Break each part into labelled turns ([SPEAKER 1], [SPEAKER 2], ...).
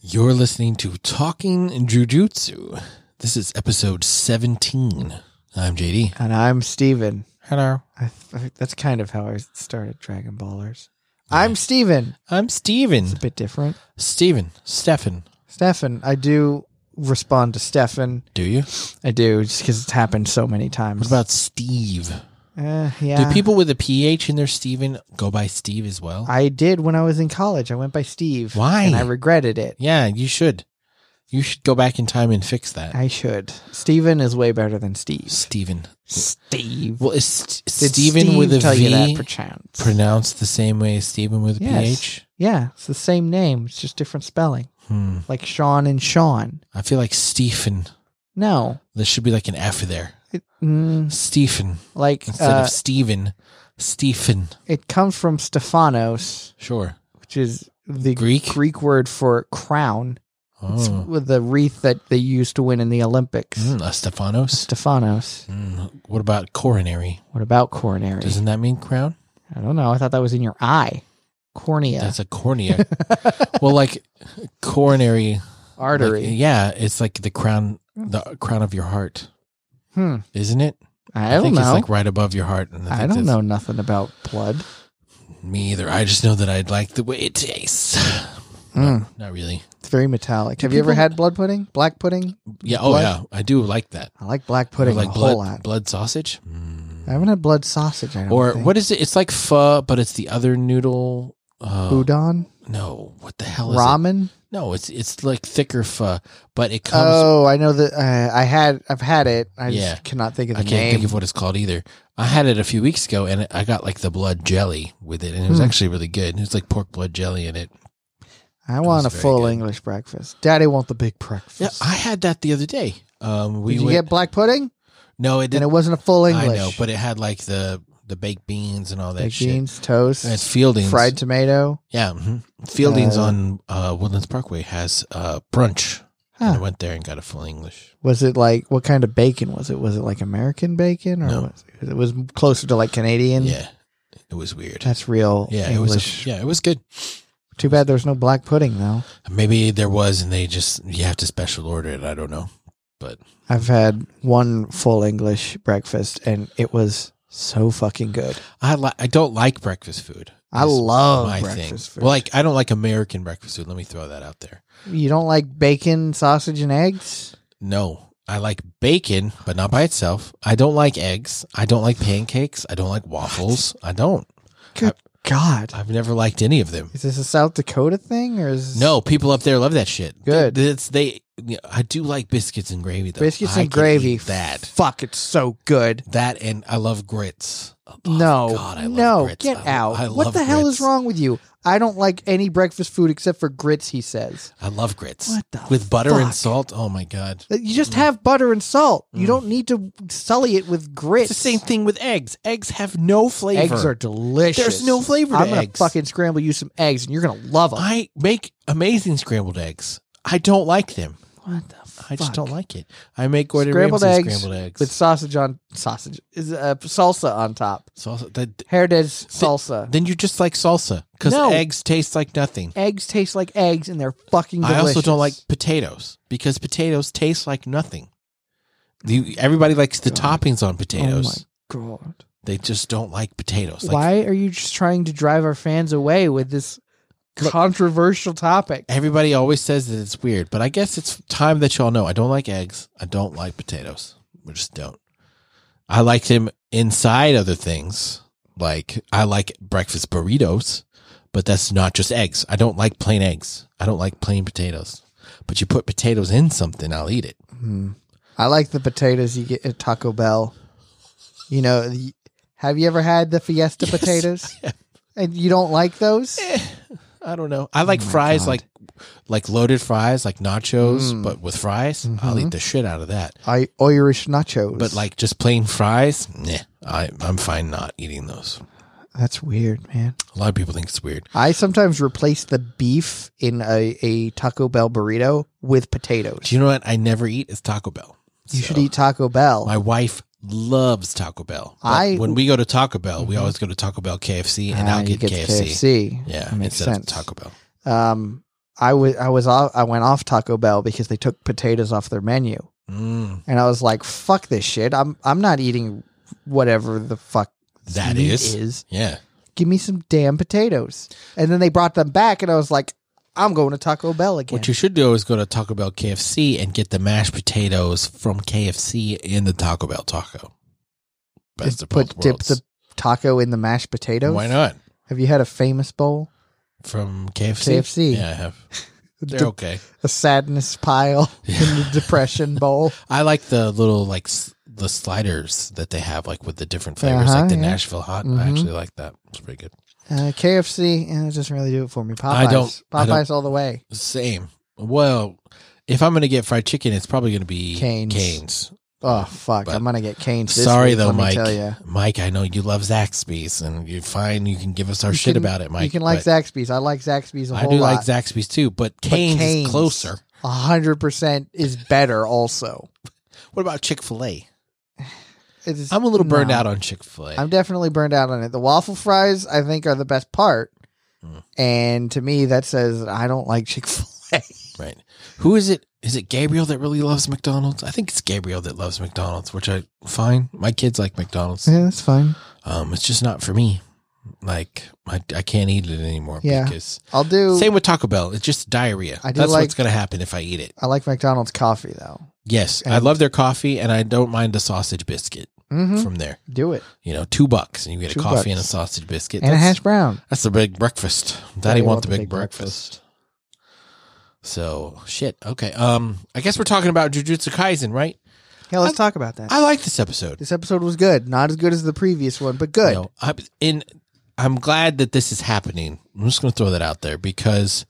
[SPEAKER 1] You're listening to Talking Jujutsu. This is episode 17. I'm JD.
[SPEAKER 2] And I'm Steven.
[SPEAKER 1] Hello.
[SPEAKER 2] I th- that's kind of how I started Dragon Ballers. I'm Steven.
[SPEAKER 1] I'm
[SPEAKER 2] It's a
[SPEAKER 1] Steven.
[SPEAKER 2] bit different.
[SPEAKER 1] Steven. Stefan.
[SPEAKER 2] Stefan, I do respond to Stefan.
[SPEAKER 1] Do you?
[SPEAKER 2] I do, just because it's happened so many times.
[SPEAKER 1] What about Steve?
[SPEAKER 2] Eh, yeah.
[SPEAKER 1] Do people with a PH in their Steven go by Steve as well?
[SPEAKER 2] I did when I was in college. I went by Steve.
[SPEAKER 1] Why?
[SPEAKER 2] And I regretted it.
[SPEAKER 1] yeah, you should. You should go back in time and fix that.
[SPEAKER 2] I should. Steven is way better than Steve.
[SPEAKER 1] Steven.
[SPEAKER 2] Steve.
[SPEAKER 1] Well, is St-
[SPEAKER 2] Did
[SPEAKER 1] Steven
[SPEAKER 2] Steve
[SPEAKER 1] with a
[SPEAKER 2] tell
[SPEAKER 1] V
[SPEAKER 2] you that perchance?
[SPEAKER 1] pronounced the same way as Steven with a
[SPEAKER 2] Yes.
[SPEAKER 1] PH?
[SPEAKER 2] yeah, it's the same name. It's just different spelling.
[SPEAKER 1] Hmm.
[SPEAKER 2] Like Sean and Sean.
[SPEAKER 1] I feel like Stephen.
[SPEAKER 2] No.
[SPEAKER 1] There should be like an F there.
[SPEAKER 2] It- mm,
[SPEAKER 1] Stephen.
[SPEAKER 2] like
[SPEAKER 1] instead
[SPEAKER 2] uh,
[SPEAKER 1] of Stephen. Stephen,
[SPEAKER 2] It comes from Stephanos,
[SPEAKER 1] sure.
[SPEAKER 2] which is the
[SPEAKER 1] Greek?
[SPEAKER 2] Greek word for crown. It's
[SPEAKER 1] Oh.
[SPEAKER 2] with the wreath that they used to win in the Olympics.
[SPEAKER 1] Mm, a Stephanos.
[SPEAKER 2] Stephanos.
[SPEAKER 1] Mm, what about coronary?
[SPEAKER 2] What about coronary?
[SPEAKER 1] Doesn't that mean crown?
[SPEAKER 2] I don't know. I thought that was in your eye. Cornea.
[SPEAKER 1] That's a cornea. well, like coronary like, eh,
[SPEAKER 2] artery.
[SPEAKER 1] yeah, it's like the crown, the crown of your heart,
[SPEAKER 2] hmm.
[SPEAKER 1] isn't it?
[SPEAKER 2] I don't
[SPEAKER 1] think
[SPEAKER 2] know.
[SPEAKER 1] it's like right above your heart. And think
[SPEAKER 2] I don't
[SPEAKER 1] that's-
[SPEAKER 2] know nothing about blood.
[SPEAKER 1] Me either. I just know that I'd like the way it tastes.
[SPEAKER 2] Mm.
[SPEAKER 1] Not really.
[SPEAKER 2] It's very metallic. Have you ever
[SPEAKER 1] people-
[SPEAKER 2] had blood pudding? Black pudding?
[SPEAKER 1] Yeah. Oh,
[SPEAKER 2] Blood?
[SPEAKER 1] yeah. I do like that.
[SPEAKER 2] I like black pudding
[SPEAKER 1] like
[SPEAKER 2] a
[SPEAKER 1] blood,
[SPEAKER 2] whole lot.
[SPEAKER 1] blood sausage. Mm.
[SPEAKER 2] I haven't had blood sausage. I don't
[SPEAKER 1] Or
[SPEAKER 2] think.
[SPEAKER 1] what is it? It's like pho, but it's the other noodle. Uh,
[SPEAKER 2] Udon?
[SPEAKER 1] No, what the hell is it?
[SPEAKER 2] Ramen?
[SPEAKER 1] No, it's it's like thicker pho, but it comes.
[SPEAKER 2] Oh, I know that. Uh, I had. I've had it. I
[SPEAKER 1] Yeah.
[SPEAKER 2] just cannot think of
[SPEAKER 1] I
[SPEAKER 2] the
[SPEAKER 1] can't
[SPEAKER 2] name.
[SPEAKER 1] think of what it's called either. I had it a few weeks ago, and I got like the blood jelly with it, and it was
[SPEAKER 2] Hmm.
[SPEAKER 1] actually really good. It's like pork blood jelly in it.
[SPEAKER 2] I want a
[SPEAKER 1] was very
[SPEAKER 2] full
[SPEAKER 1] good.
[SPEAKER 2] English breakfast. Daddy want the big breakfast.
[SPEAKER 1] Yeah, I had that the other day. Um, we
[SPEAKER 2] Did you
[SPEAKER 1] went-
[SPEAKER 2] get black pudding?
[SPEAKER 1] no, it
[SPEAKER 2] And
[SPEAKER 1] didn't.
[SPEAKER 2] it wasn't a full English.
[SPEAKER 1] I know, but it had like the the baked beans and all that
[SPEAKER 2] Baked
[SPEAKER 1] shit.
[SPEAKER 2] beans, toast,
[SPEAKER 1] And it's Fieldings.
[SPEAKER 2] fried tomato.
[SPEAKER 1] Yeah, hmm Fieldings
[SPEAKER 2] Uh,
[SPEAKER 1] on uh, Woodlands Parkway has uh, brunch. And I
[SPEAKER 2] Huh.
[SPEAKER 1] went there and got a full English.
[SPEAKER 2] Was it like what kind of bacon was it? Was it like American bacon or
[SPEAKER 1] No.
[SPEAKER 2] was it, it was closer to like Canadian?
[SPEAKER 1] yeah, it was weird.
[SPEAKER 2] That's real
[SPEAKER 1] Yeah, it was.
[SPEAKER 2] English.
[SPEAKER 1] A, yeah, it was good.
[SPEAKER 2] Too bad there's no black pudding though.
[SPEAKER 1] Maybe there was, and they just you have to special order it. I don't know, but
[SPEAKER 2] I've had one full English breakfast and it was so fucking good.
[SPEAKER 1] I li- I don't like breakfast food.
[SPEAKER 2] I
[SPEAKER 1] It's
[SPEAKER 2] love breakfast food.
[SPEAKER 1] Well, like I don't like American breakfast food. Let me throw that out there.
[SPEAKER 2] You don't like bacon, sausage, and eggs?
[SPEAKER 1] No, I like bacon, but not by itself. I don't like eggs. I don't like pancakes. I don't like waffles. I don't.
[SPEAKER 2] Good God.
[SPEAKER 1] I've never liked any of them.
[SPEAKER 2] Is this a South Dakota thing or is this
[SPEAKER 1] No, people up there love that shit.
[SPEAKER 2] Good.
[SPEAKER 1] Th- It's they. I do like biscuits and gravy though.
[SPEAKER 2] biscuits
[SPEAKER 1] I
[SPEAKER 2] and
[SPEAKER 1] can
[SPEAKER 2] gravy?
[SPEAKER 1] eat That
[SPEAKER 2] fuck, it's so good.
[SPEAKER 1] that and I love grits. Oh,
[SPEAKER 2] no,
[SPEAKER 1] God, I love
[SPEAKER 2] no,
[SPEAKER 1] grits.
[SPEAKER 2] get
[SPEAKER 1] I-
[SPEAKER 2] out.
[SPEAKER 1] I
[SPEAKER 2] what
[SPEAKER 1] love
[SPEAKER 2] the hell
[SPEAKER 1] grits.
[SPEAKER 2] is wrong with you? I don't like any breakfast food except for grits. He says
[SPEAKER 1] I love grits.
[SPEAKER 2] What the
[SPEAKER 1] with butter and
[SPEAKER 2] fuck?
[SPEAKER 1] salt. Oh my god.
[SPEAKER 2] That you just have butter and salt. You don't need to sully it with grits.
[SPEAKER 1] It's the same thing with eggs. Eggs have no flavor.
[SPEAKER 2] Eggs are delicious.
[SPEAKER 1] There's no flavor to
[SPEAKER 2] I'm gonna
[SPEAKER 1] eggs.
[SPEAKER 2] fucking scramble you some eggs, and you're gonna love them.
[SPEAKER 1] I make amazing scrambled eggs. I don't like them.
[SPEAKER 2] what the fuck?
[SPEAKER 1] I just don't like it. I make Gordon
[SPEAKER 2] Scrambled
[SPEAKER 1] Ramsay
[SPEAKER 2] eggs
[SPEAKER 1] scrambled eggs
[SPEAKER 2] with sausage on sausage is uh, salsa on top.
[SPEAKER 1] salsa. That,
[SPEAKER 2] Heritage salsa.
[SPEAKER 1] then you just like salsa because
[SPEAKER 2] No.
[SPEAKER 1] eggs taste like nothing.
[SPEAKER 2] eggs taste like eggs and they're fucking delicious.
[SPEAKER 1] I also don't like potatoes because potatoes taste like nothing. The, everybody likes the
[SPEAKER 2] God.
[SPEAKER 1] toppings on potatoes.
[SPEAKER 2] Oh my god.
[SPEAKER 1] they just don't like potatoes. Like
[SPEAKER 2] Why are you just trying to drive our fans away with this
[SPEAKER 1] Look-
[SPEAKER 2] controversial topic?
[SPEAKER 1] Everybody always says that it's weird, but I guess it's time that y'all know. I don't like eggs. I don't like potatoes. I just don't. I like them inside other things. Like I like breakfast burritos, but that's not just eggs. I don't like plain eggs. I don't like plain potatoes. But you put potatoes in something, I'll eat it.
[SPEAKER 2] I like the potatoes you get at Taco Bell. You know, the- have you ever had the Fiesta
[SPEAKER 1] Yes, Eh.
[SPEAKER 2] potatoes? And you don't like those?
[SPEAKER 1] I don't know. I like fries
[SPEAKER 2] Oh God.
[SPEAKER 1] like like loaded fries, like nachos,
[SPEAKER 2] Mm. Mm-hmm.
[SPEAKER 1] but with fries, I'll eat the shit out of that.
[SPEAKER 2] I Irish nachos.
[SPEAKER 1] But like just plain fries, nah, I, I'm fine not eating those.
[SPEAKER 2] that's weird, man.
[SPEAKER 1] A lot of people think it's weird.
[SPEAKER 2] I sometimes replace the beef in a, a Taco Bell burrito with potatoes.
[SPEAKER 1] Do you know what I never eat is Taco Bell.
[SPEAKER 2] You should
[SPEAKER 1] So,
[SPEAKER 2] eat Taco Bell.
[SPEAKER 1] My wife loves Taco Bell. But
[SPEAKER 2] I- Mm-hmm.
[SPEAKER 1] when we go to Taco Bell, we always go to Taco Bell KFC, and
[SPEAKER 2] Ah,
[SPEAKER 1] I'll
[SPEAKER 2] you
[SPEAKER 1] get,
[SPEAKER 2] the
[SPEAKER 1] KFC.
[SPEAKER 2] KFC.
[SPEAKER 1] Yeah,
[SPEAKER 2] That makes
[SPEAKER 1] instead of
[SPEAKER 2] sense.
[SPEAKER 1] Taco Bell.
[SPEAKER 2] Um, I was I was off I went off Taco Bell because they took potatoes off their menu.
[SPEAKER 1] Mm,
[SPEAKER 2] And I was like, fuck this shit. I'm I'm not eating whatever the fuck this
[SPEAKER 1] That
[SPEAKER 2] meat
[SPEAKER 1] is.
[SPEAKER 2] is.
[SPEAKER 1] yeah.
[SPEAKER 2] Give me some damn potatoes. And then they brought them back and I was like, I'm going to Taco Bell again.
[SPEAKER 1] What you should do is go to Taco Bell KFC and get the mashed potatoes from KFC in the Taco Bell taco. Best of both
[SPEAKER 2] put dip
[SPEAKER 1] worlds.
[SPEAKER 2] the taco in the mashed potatoes.
[SPEAKER 1] Why not?
[SPEAKER 2] Have you had a famous bowl?
[SPEAKER 1] From KFC?
[SPEAKER 2] KFC.
[SPEAKER 1] Yeah, I have. They're
[SPEAKER 2] De-
[SPEAKER 1] okay.
[SPEAKER 2] a sadness pile in the depression bowl.
[SPEAKER 1] I like the little like s- the sliders that they have like with the different flavors,
[SPEAKER 2] Uh-huh,
[SPEAKER 1] like the
[SPEAKER 2] yeah.
[SPEAKER 1] Nashville hot. I actually like that. It's pretty good.
[SPEAKER 2] Uh, KFC and it doesn't really do it for me. Popeyes,
[SPEAKER 1] I don't- I
[SPEAKER 2] Popeyes
[SPEAKER 1] don't-
[SPEAKER 2] all the way.
[SPEAKER 1] Same. Well, if I'm gonna get fried chicken, it's probably gonna be
[SPEAKER 2] Cane's.
[SPEAKER 1] Canes.
[SPEAKER 2] Oh fuck!
[SPEAKER 1] But-
[SPEAKER 2] I'm gonna get canes. This
[SPEAKER 1] Sorry
[SPEAKER 2] week,
[SPEAKER 1] though,
[SPEAKER 2] let me
[SPEAKER 1] Mike.
[SPEAKER 2] Tell ya.
[SPEAKER 1] Mike, I know you love Zaxby's, and you're fine. You can give us our
[SPEAKER 2] You
[SPEAKER 1] shit
[SPEAKER 2] can-
[SPEAKER 1] about it, Mike.
[SPEAKER 2] you can like
[SPEAKER 1] but
[SPEAKER 2] Zaxby's. I like Zaxby's a
[SPEAKER 1] I
[SPEAKER 2] whole
[SPEAKER 1] do
[SPEAKER 2] lot.
[SPEAKER 1] like Zaxby's too, but Canes,
[SPEAKER 2] Cane's.
[SPEAKER 1] is closer.
[SPEAKER 2] hundred percent is better. Also,
[SPEAKER 1] What about Chick Fil A?
[SPEAKER 2] it's,
[SPEAKER 1] I'm a little burned
[SPEAKER 2] no.
[SPEAKER 1] out on Chick Fil A.
[SPEAKER 2] I'm definitely burned out on it. The waffle fries, I think, are the best part.
[SPEAKER 1] Mm.
[SPEAKER 2] And to me, that says that I don't like Chick Fil A.
[SPEAKER 1] Right? Who is it? Is it Gabriel that really loves McDonald's? I think it's Gabriel that loves McDonald's, which I fine. My kids like McDonald's.
[SPEAKER 2] yeah, that's fine.
[SPEAKER 1] Um, it's just not for me. Like I, I can't eat it anymore.
[SPEAKER 2] Yeah.
[SPEAKER 1] Because
[SPEAKER 2] I'll do.
[SPEAKER 1] same with Taco Bell. It's just diarrhea.
[SPEAKER 2] I do
[SPEAKER 1] That's
[SPEAKER 2] like-
[SPEAKER 1] what's gonna happen if I eat it.
[SPEAKER 2] I like McDonald's coffee though.
[SPEAKER 1] Yes, I
[SPEAKER 2] And-
[SPEAKER 1] love their coffee, and I don't mind a sausage biscuit
[SPEAKER 2] Mm-hmm.
[SPEAKER 1] from there.
[SPEAKER 2] Do it
[SPEAKER 1] You know, two bucks, and you get
[SPEAKER 2] Two
[SPEAKER 1] a coffee and a
[SPEAKER 2] bucks.
[SPEAKER 1] sausage biscuit.
[SPEAKER 2] and a
[SPEAKER 1] That's-
[SPEAKER 2] hash brown.
[SPEAKER 1] That's the big breakfast. Daddy, want, the big, breakfast. So shit. Okay. Um, I guess we're talking about Jujutsu Kaisen, right?
[SPEAKER 2] Yeah, let's
[SPEAKER 1] I-
[SPEAKER 2] talk about that.
[SPEAKER 1] I like this episode.
[SPEAKER 2] this episode was good. Not as good as the previous one, but good.
[SPEAKER 1] You know, I'm in. I'm glad that this is happening. I'm just going to throw that out there because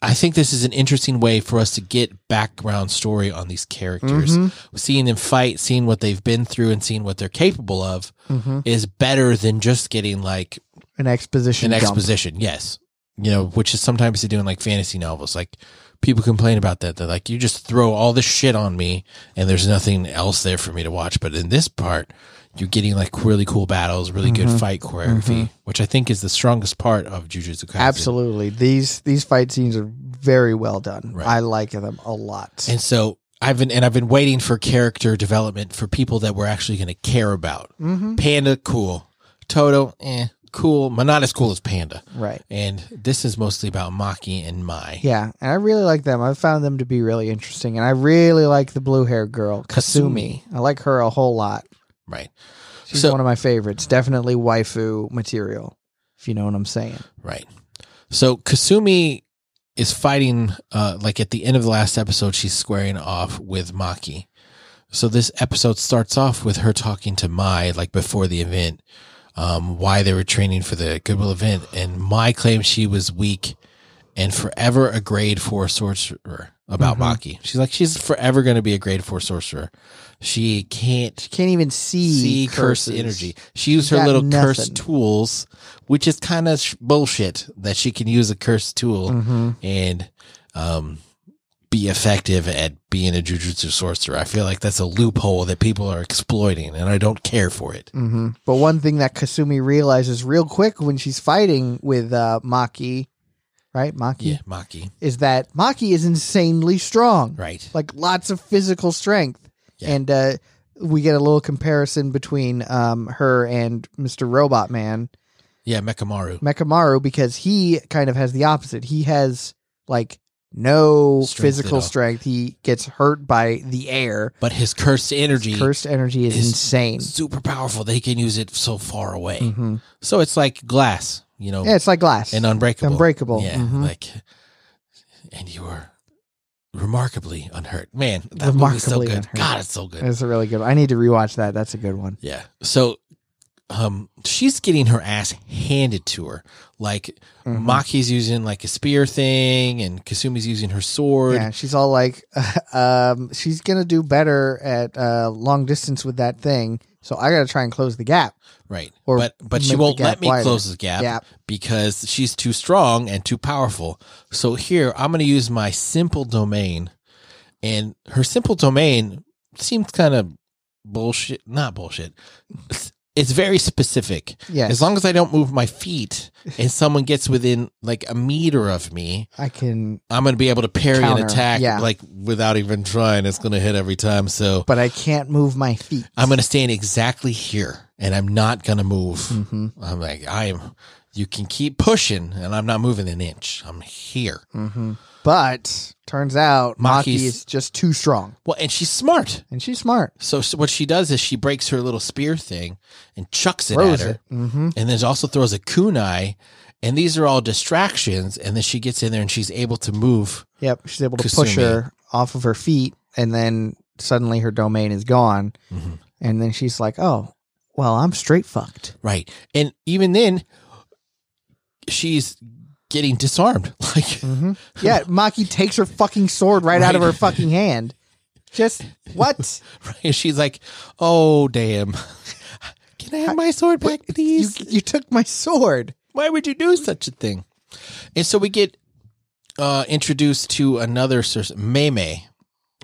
[SPEAKER 1] I think this is an interesting way for us to get background story on these characters.
[SPEAKER 2] Mhm.
[SPEAKER 1] Seeing them fight, seeing what they've been through, and seeing what they're capable of
[SPEAKER 2] Mhm.
[SPEAKER 1] is better than just getting like
[SPEAKER 2] An exposition.
[SPEAKER 1] an
[SPEAKER 2] dump.
[SPEAKER 1] exposition. Yes, you know, which is sometimes they do in like fantasy novels. Like people complain about that. They're like, you just throw all this shit on me, and there's nothing else there for me to watch. But in this part, you're getting like really cool battles, really
[SPEAKER 2] Mm-hmm.
[SPEAKER 1] good fight choreography, which I think is the strongest part of Jujutsu Kaisen.
[SPEAKER 2] Absolutely. These these fight scenes are very well done.
[SPEAKER 1] Right.
[SPEAKER 2] I like them a lot.
[SPEAKER 1] And so I've been and I've been waiting for character development for people that we're actually going to care about.
[SPEAKER 2] Mhm.
[SPEAKER 1] Panda, cool. Toto, eh, cool. But not as cool as Panda.
[SPEAKER 2] Right.
[SPEAKER 1] And this is mostly about Maki and Mai.
[SPEAKER 2] Yeah, and I really like them. I found them to be really interesting, and I really like the blue hair girl, Kasumi. I like her a whole lot.
[SPEAKER 1] Right.
[SPEAKER 2] She's
[SPEAKER 1] So-
[SPEAKER 2] one of my favorites. Definitely waifu material, if you know what I'm saying.
[SPEAKER 1] Right. So Kasumi is fighting uh like at the end of the last episode she's squaring off with Maki. So this episode starts off with her talking to Mai like before the event um why they were training for the Goodwill event and Mai claims she was weak and forever a grade 4 sorcerer about Maki. She's like she's forever going to be a grade 4 sorcerer. She can't
[SPEAKER 2] Can't even
[SPEAKER 1] see
[SPEAKER 2] see,
[SPEAKER 1] curse
[SPEAKER 2] curses.
[SPEAKER 1] energy. She used
[SPEAKER 2] got
[SPEAKER 1] her little
[SPEAKER 2] nothing.
[SPEAKER 1] curse tools, which is kind of sh- bullshit that she can use a curse tool
[SPEAKER 2] Mhm.
[SPEAKER 1] and um, be effective at being a jujutsu sorcerer. I feel like that's a loophole that people are exploiting, and I don't care for it.
[SPEAKER 2] hmm But one thing that Kasumi realizes real quick when she's fighting with uh, Maki, right? Maki
[SPEAKER 1] Yeah, Maki,
[SPEAKER 2] is that Maki is insanely strong,
[SPEAKER 1] right?
[SPEAKER 2] like lots of physical strength,
[SPEAKER 1] Yeah.
[SPEAKER 2] and uh, we get a little comparison between um, her and Mister Robot Man
[SPEAKER 1] Yeah, Mekamaru,
[SPEAKER 2] Mekamaru because he kind of has the opposite. He has like no
[SPEAKER 1] Strength
[SPEAKER 2] physical
[SPEAKER 1] at all.
[SPEAKER 2] strength. He gets hurt by the air.
[SPEAKER 1] but his curse energy
[SPEAKER 2] His cursed energy is,
[SPEAKER 1] is-
[SPEAKER 2] insane.
[SPEAKER 1] is super powerful. They can use it so far away,
[SPEAKER 2] Mhm.
[SPEAKER 1] so it's like glass, you know,
[SPEAKER 2] Yeah, it's like glass.
[SPEAKER 1] Oh. and unbreakable.
[SPEAKER 2] Unbreakable.
[SPEAKER 1] Yeah,
[SPEAKER 2] Mhm.
[SPEAKER 1] like, and you were remarkably unhurt. Man, that movie's so
[SPEAKER 2] Remarkably
[SPEAKER 1] good.
[SPEAKER 2] unhurt.
[SPEAKER 1] God, it's so good.
[SPEAKER 2] That's a really good. One. I need to rewatch that. That's a good one.
[SPEAKER 1] Yeah. So, um, she's getting her ass handed to her. Like
[SPEAKER 2] Mhm.
[SPEAKER 1] Maki's using like a spear thing, and Kasumi's using her sword.
[SPEAKER 2] Yeah, she's all like, um, she's gonna do better at uh, long distance with that thing. So I gotta try and close the gap.
[SPEAKER 1] Right.
[SPEAKER 2] Or
[SPEAKER 1] but but
[SPEAKER 2] make
[SPEAKER 1] she
[SPEAKER 2] the
[SPEAKER 1] won't
[SPEAKER 2] gap
[SPEAKER 1] let me
[SPEAKER 2] wider.
[SPEAKER 1] close the gap
[SPEAKER 2] Gap.
[SPEAKER 1] because she's too strong and too powerful. So here I'm going to use my simple domain, and her simple domain seems kind of bullshit. Not bullshit. it's very specific.
[SPEAKER 2] Yes.
[SPEAKER 1] As long as I don't move my feet and someone gets within like a meter of me,
[SPEAKER 2] I can,
[SPEAKER 1] I'm going to be able to parry an
[SPEAKER 2] Counter,
[SPEAKER 1] attack
[SPEAKER 2] yeah.
[SPEAKER 1] like without even trying. It's going to hit every time. So
[SPEAKER 2] but I can't move my feet.
[SPEAKER 1] I'm going to stand exactly here and I'm not going to move.
[SPEAKER 2] Mhm.
[SPEAKER 1] I'm like, I'm, you can keep pushing and I'm not moving an inch. I'm here.
[SPEAKER 2] Mm-hmm. But turns out Maki
[SPEAKER 1] Maki's-
[SPEAKER 2] is just too strong,
[SPEAKER 1] Well, and she's smart.
[SPEAKER 2] and she's smart.
[SPEAKER 1] So s- what she does is she breaks her little spear thing and chucks it
[SPEAKER 2] Throws
[SPEAKER 1] at her.
[SPEAKER 2] it. Mm-hmm.
[SPEAKER 1] and then she also throws a kunai and these are all distractions and then she gets in there and she's able to move
[SPEAKER 2] Yep, she's able to push
[SPEAKER 1] Kasumi.
[SPEAKER 2] her off of her feet, and then suddenly her domain is gone,
[SPEAKER 1] Mhm.
[SPEAKER 2] and then she's like, "Oh, well, I'm straight fucked."
[SPEAKER 1] right and even then she's getting disarmed like
[SPEAKER 2] Mm-hmm. Yeah, Maki takes her fucking sword right, out of her
[SPEAKER 1] Right.
[SPEAKER 2] fucking hand. Just what?
[SPEAKER 1] right? she's like oh damn can i have my sword back
[SPEAKER 2] you,
[SPEAKER 1] please
[SPEAKER 2] you took my sword.
[SPEAKER 1] why would you do such a thing and so we get uh introduced to another source meme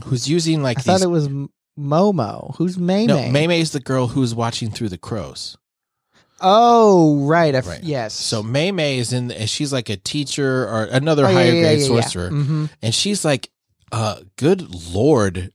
[SPEAKER 1] who's using like
[SPEAKER 2] I thought
[SPEAKER 1] these
[SPEAKER 2] it was M- Momo. Who's May
[SPEAKER 1] no, Mei Mei's the girl who's watching through the crows.
[SPEAKER 2] Oh, right. I f-
[SPEAKER 1] Right.
[SPEAKER 2] Yes.
[SPEAKER 1] So Mei Mei is in. The, she's like a teacher or another
[SPEAKER 2] Oh, yeah,
[SPEAKER 1] higher
[SPEAKER 2] yeah,
[SPEAKER 1] grade
[SPEAKER 2] yeah, yeah, yeah.
[SPEAKER 1] sorcerer,
[SPEAKER 2] Mhm.
[SPEAKER 1] and she's like, uh, "Good lord,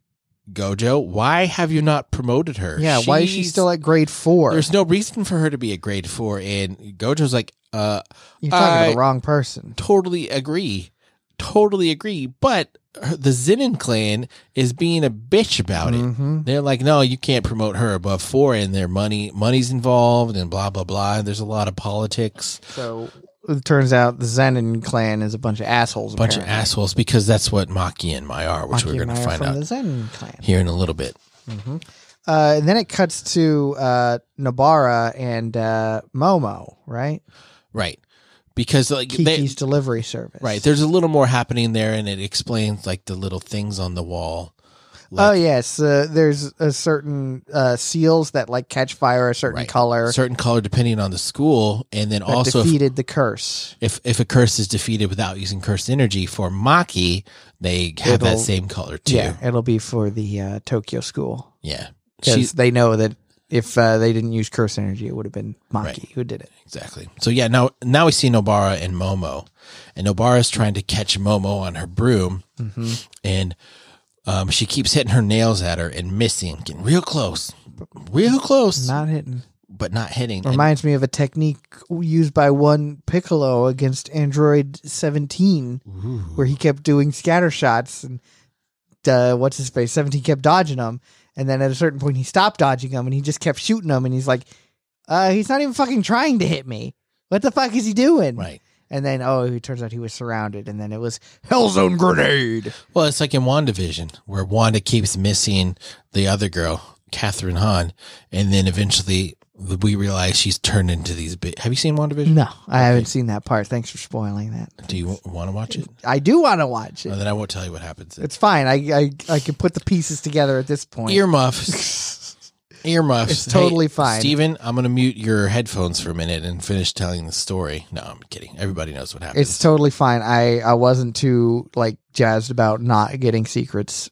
[SPEAKER 1] Gojo, why have you not promoted her?
[SPEAKER 2] Yeah. why is she
[SPEAKER 1] She's-
[SPEAKER 2] still at grade four?
[SPEAKER 1] There's no reason for her to be a grade four." And Gojo's like, "Uh,
[SPEAKER 2] You're talking to
[SPEAKER 1] I-
[SPEAKER 2] the wrong person.
[SPEAKER 1] totally agree, totally agree, but." her- The Zenin clan is being a bitch about it.
[SPEAKER 2] Mhm.
[SPEAKER 1] They're like, no, you can't promote her above four, and their money, money's involved, and blah blah blah. There's a lot of politics.
[SPEAKER 2] So it turns out the Zenon clan is a bunch of assholes.
[SPEAKER 1] bunch of
[SPEAKER 2] apparently.
[SPEAKER 1] assholes because that's what Maki and Mai are, which
[SPEAKER 2] Maki
[SPEAKER 1] we're
[SPEAKER 2] and
[SPEAKER 1] going
[SPEAKER 2] Mai
[SPEAKER 1] to
[SPEAKER 2] are
[SPEAKER 1] find
[SPEAKER 2] from
[SPEAKER 1] out
[SPEAKER 2] the Zenon clan.
[SPEAKER 1] here in a little bit.
[SPEAKER 2] Uh, and then it cuts to uh, Nobara and uh, Momo, right?
[SPEAKER 1] Right. Because like they,
[SPEAKER 2] Kiki's delivery service.
[SPEAKER 1] right, there's a little more happening there and it explains like the little things on the wall.
[SPEAKER 2] oh
[SPEAKER 1] Like
[SPEAKER 2] yes, uh, there's a certain uh, seals that like catch fire a certain
[SPEAKER 1] Right.
[SPEAKER 2] color
[SPEAKER 1] certain color depending on the school and then
[SPEAKER 2] that
[SPEAKER 1] also if,
[SPEAKER 2] defeated the curse.
[SPEAKER 1] if if a curse is defeated without using cursed energy for Maki, they have that
[SPEAKER 2] It'll-
[SPEAKER 1] same color too.
[SPEAKER 2] Yeah,
[SPEAKER 1] Yeah.
[SPEAKER 2] it'll be for the uh, Tokyo school
[SPEAKER 1] She,
[SPEAKER 2] because they know that if uh, they didn't use curse energy, it would have been Maki
[SPEAKER 1] Right.
[SPEAKER 2] who did it.
[SPEAKER 1] exactly. So yeah, now now we see Nobara and Momo. And Nobara's trying to catch Momo on her broom.
[SPEAKER 2] hmm
[SPEAKER 1] and um, she keeps hitting her nails at her and missing, getting real close, real close,
[SPEAKER 2] Not hitting.
[SPEAKER 1] but not hitting. And-
[SPEAKER 2] Reminds me of a technique used by one Piccolo against Android 17,
[SPEAKER 1] Ooh.
[SPEAKER 2] where he kept doing scatter shots and uh, what's his face 17 kept dodging them, and then at a certain point he stopped dodging them and he just kept shooting them, and he's like, uh, he's not even fucking trying to hit me. What the fuck is he doing?
[SPEAKER 1] right.
[SPEAKER 2] And then oh, it turns out he was surrounded, and then it was Hellzone grenade.
[SPEAKER 1] Well, it's like in WandaVision where Wanda keeps missing the other girl, Catherine Hahn, and then eventually we realize she's turned into these. Bi- Have you seen WandaVision?
[SPEAKER 2] No, I haven't seen that part. Thanks for spoiling that.
[SPEAKER 1] Do you want to watch it?
[SPEAKER 2] I do want to watch
[SPEAKER 1] No,
[SPEAKER 2] it.
[SPEAKER 1] then I won't tell you what happens.
[SPEAKER 2] It's fine. I I I can put the pieces together at this point.
[SPEAKER 1] Earmuffs. Earmuffs.
[SPEAKER 2] It's totally fine.
[SPEAKER 1] Steven, I'm going to mute your headphones for a minute and finish telling the story. No, I'm kidding. Everybody knows what happens.
[SPEAKER 2] It's totally fine. I I wasn't too like jazzed about not getting secrets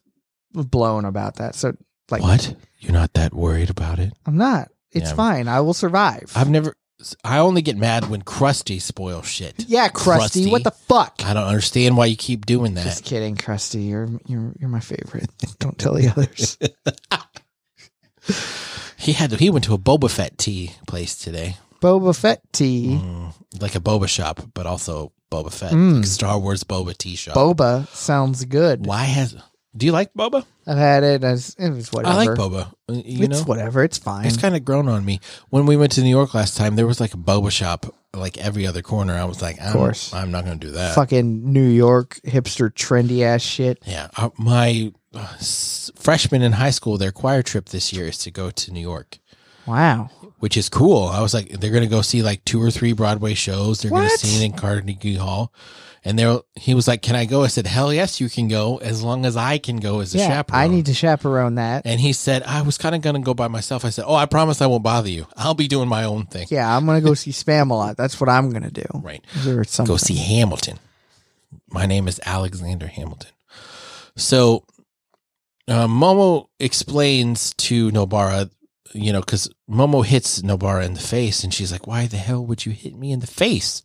[SPEAKER 2] blown about that. So like
[SPEAKER 1] what? You're not that worried about it?
[SPEAKER 2] I'm not. It's
[SPEAKER 1] Yeah.
[SPEAKER 2] fine. I will survive.
[SPEAKER 1] I've never. I only get mad when Krusty spoils shit.
[SPEAKER 2] yeah, Krusty,
[SPEAKER 1] Krusty.
[SPEAKER 2] What the fuck?
[SPEAKER 1] I don't understand why you keep doing that.
[SPEAKER 2] Just kidding, Krusty. You're you're you're my favorite. Don't tell the others.
[SPEAKER 1] he had. He went to a Boba Fett tea place today,
[SPEAKER 2] Boba Fett tea.
[SPEAKER 1] Mm, like a Boba shop, but also Boba Fett,
[SPEAKER 2] Mm.
[SPEAKER 1] like Star Wars Boba tea shop.
[SPEAKER 2] Boba sounds good.
[SPEAKER 1] why has? Do you like Boba?
[SPEAKER 2] I've had it as it was whatever.
[SPEAKER 1] I like Boba. Uh, You
[SPEAKER 2] it's
[SPEAKER 1] know,
[SPEAKER 2] whatever. It's fine.
[SPEAKER 1] it's kind of grown on me. When we went to New York last time, there was like a Boba shop like every other corner. I was like, I'm,
[SPEAKER 2] course.
[SPEAKER 1] I'm not going to do that.
[SPEAKER 2] Fucking New York hipster trendy ass shit.
[SPEAKER 1] Yeah, uh, my uh, s- freshman in high school, their choir trip this year is to go to New York,
[SPEAKER 2] Wow.
[SPEAKER 1] which is cool. I was like, they're gonna go see like two or three Broadway shows. They're gonna
[SPEAKER 2] What?
[SPEAKER 1] sing in Carnegie Hall, and there he was like, "Can I go?" I said, "Hell yes, you can go, as long as I can go as a
[SPEAKER 2] yeah,
[SPEAKER 1] chaperone."
[SPEAKER 2] I need to chaperone that.
[SPEAKER 1] And he said, "I was kind of gonna go by myself." I said, "Oh, I promise I won't bother you. I'll be doing my own thing."
[SPEAKER 2] Yeah, I'm gonna go see Spam a lot. That's what I'm gonna do.
[SPEAKER 1] Right.
[SPEAKER 2] Or something.
[SPEAKER 1] Go see Hamilton. My name is Alexander Hamilton. So, uh, Momo explains to Nobara you know, because Momo hits Nobara in the face, and she's like, "Why the hell would you hit me in the face?"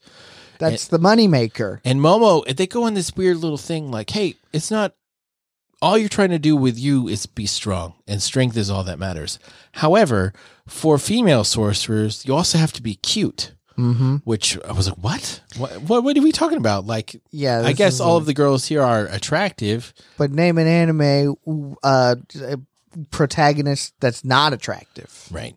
[SPEAKER 2] That's the moneymaker.
[SPEAKER 1] And Momo, they go on this weird little thing like, "Hey, it's not all you're trying to do with you is be strong, and strength is all that matters." However, for female sorcerers, you also have to be cute.
[SPEAKER 2] Mm-hmm.
[SPEAKER 1] Which I was like, "What? What? What, what are we talking about?" Like,
[SPEAKER 2] Yeah,
[SPEAKER 1] I
[SPEAKER 2] this
[SPEAKER 1] guess
[SPEAKER 2] is
[SPEAKER 1] all
[SPEAKER 2] a-
[SPEAKER 1] of the girls here are attractive.
[SPEAKER 2] But name an anime uh, protagonist that's not attractive.
[SPEAKER 1] Right.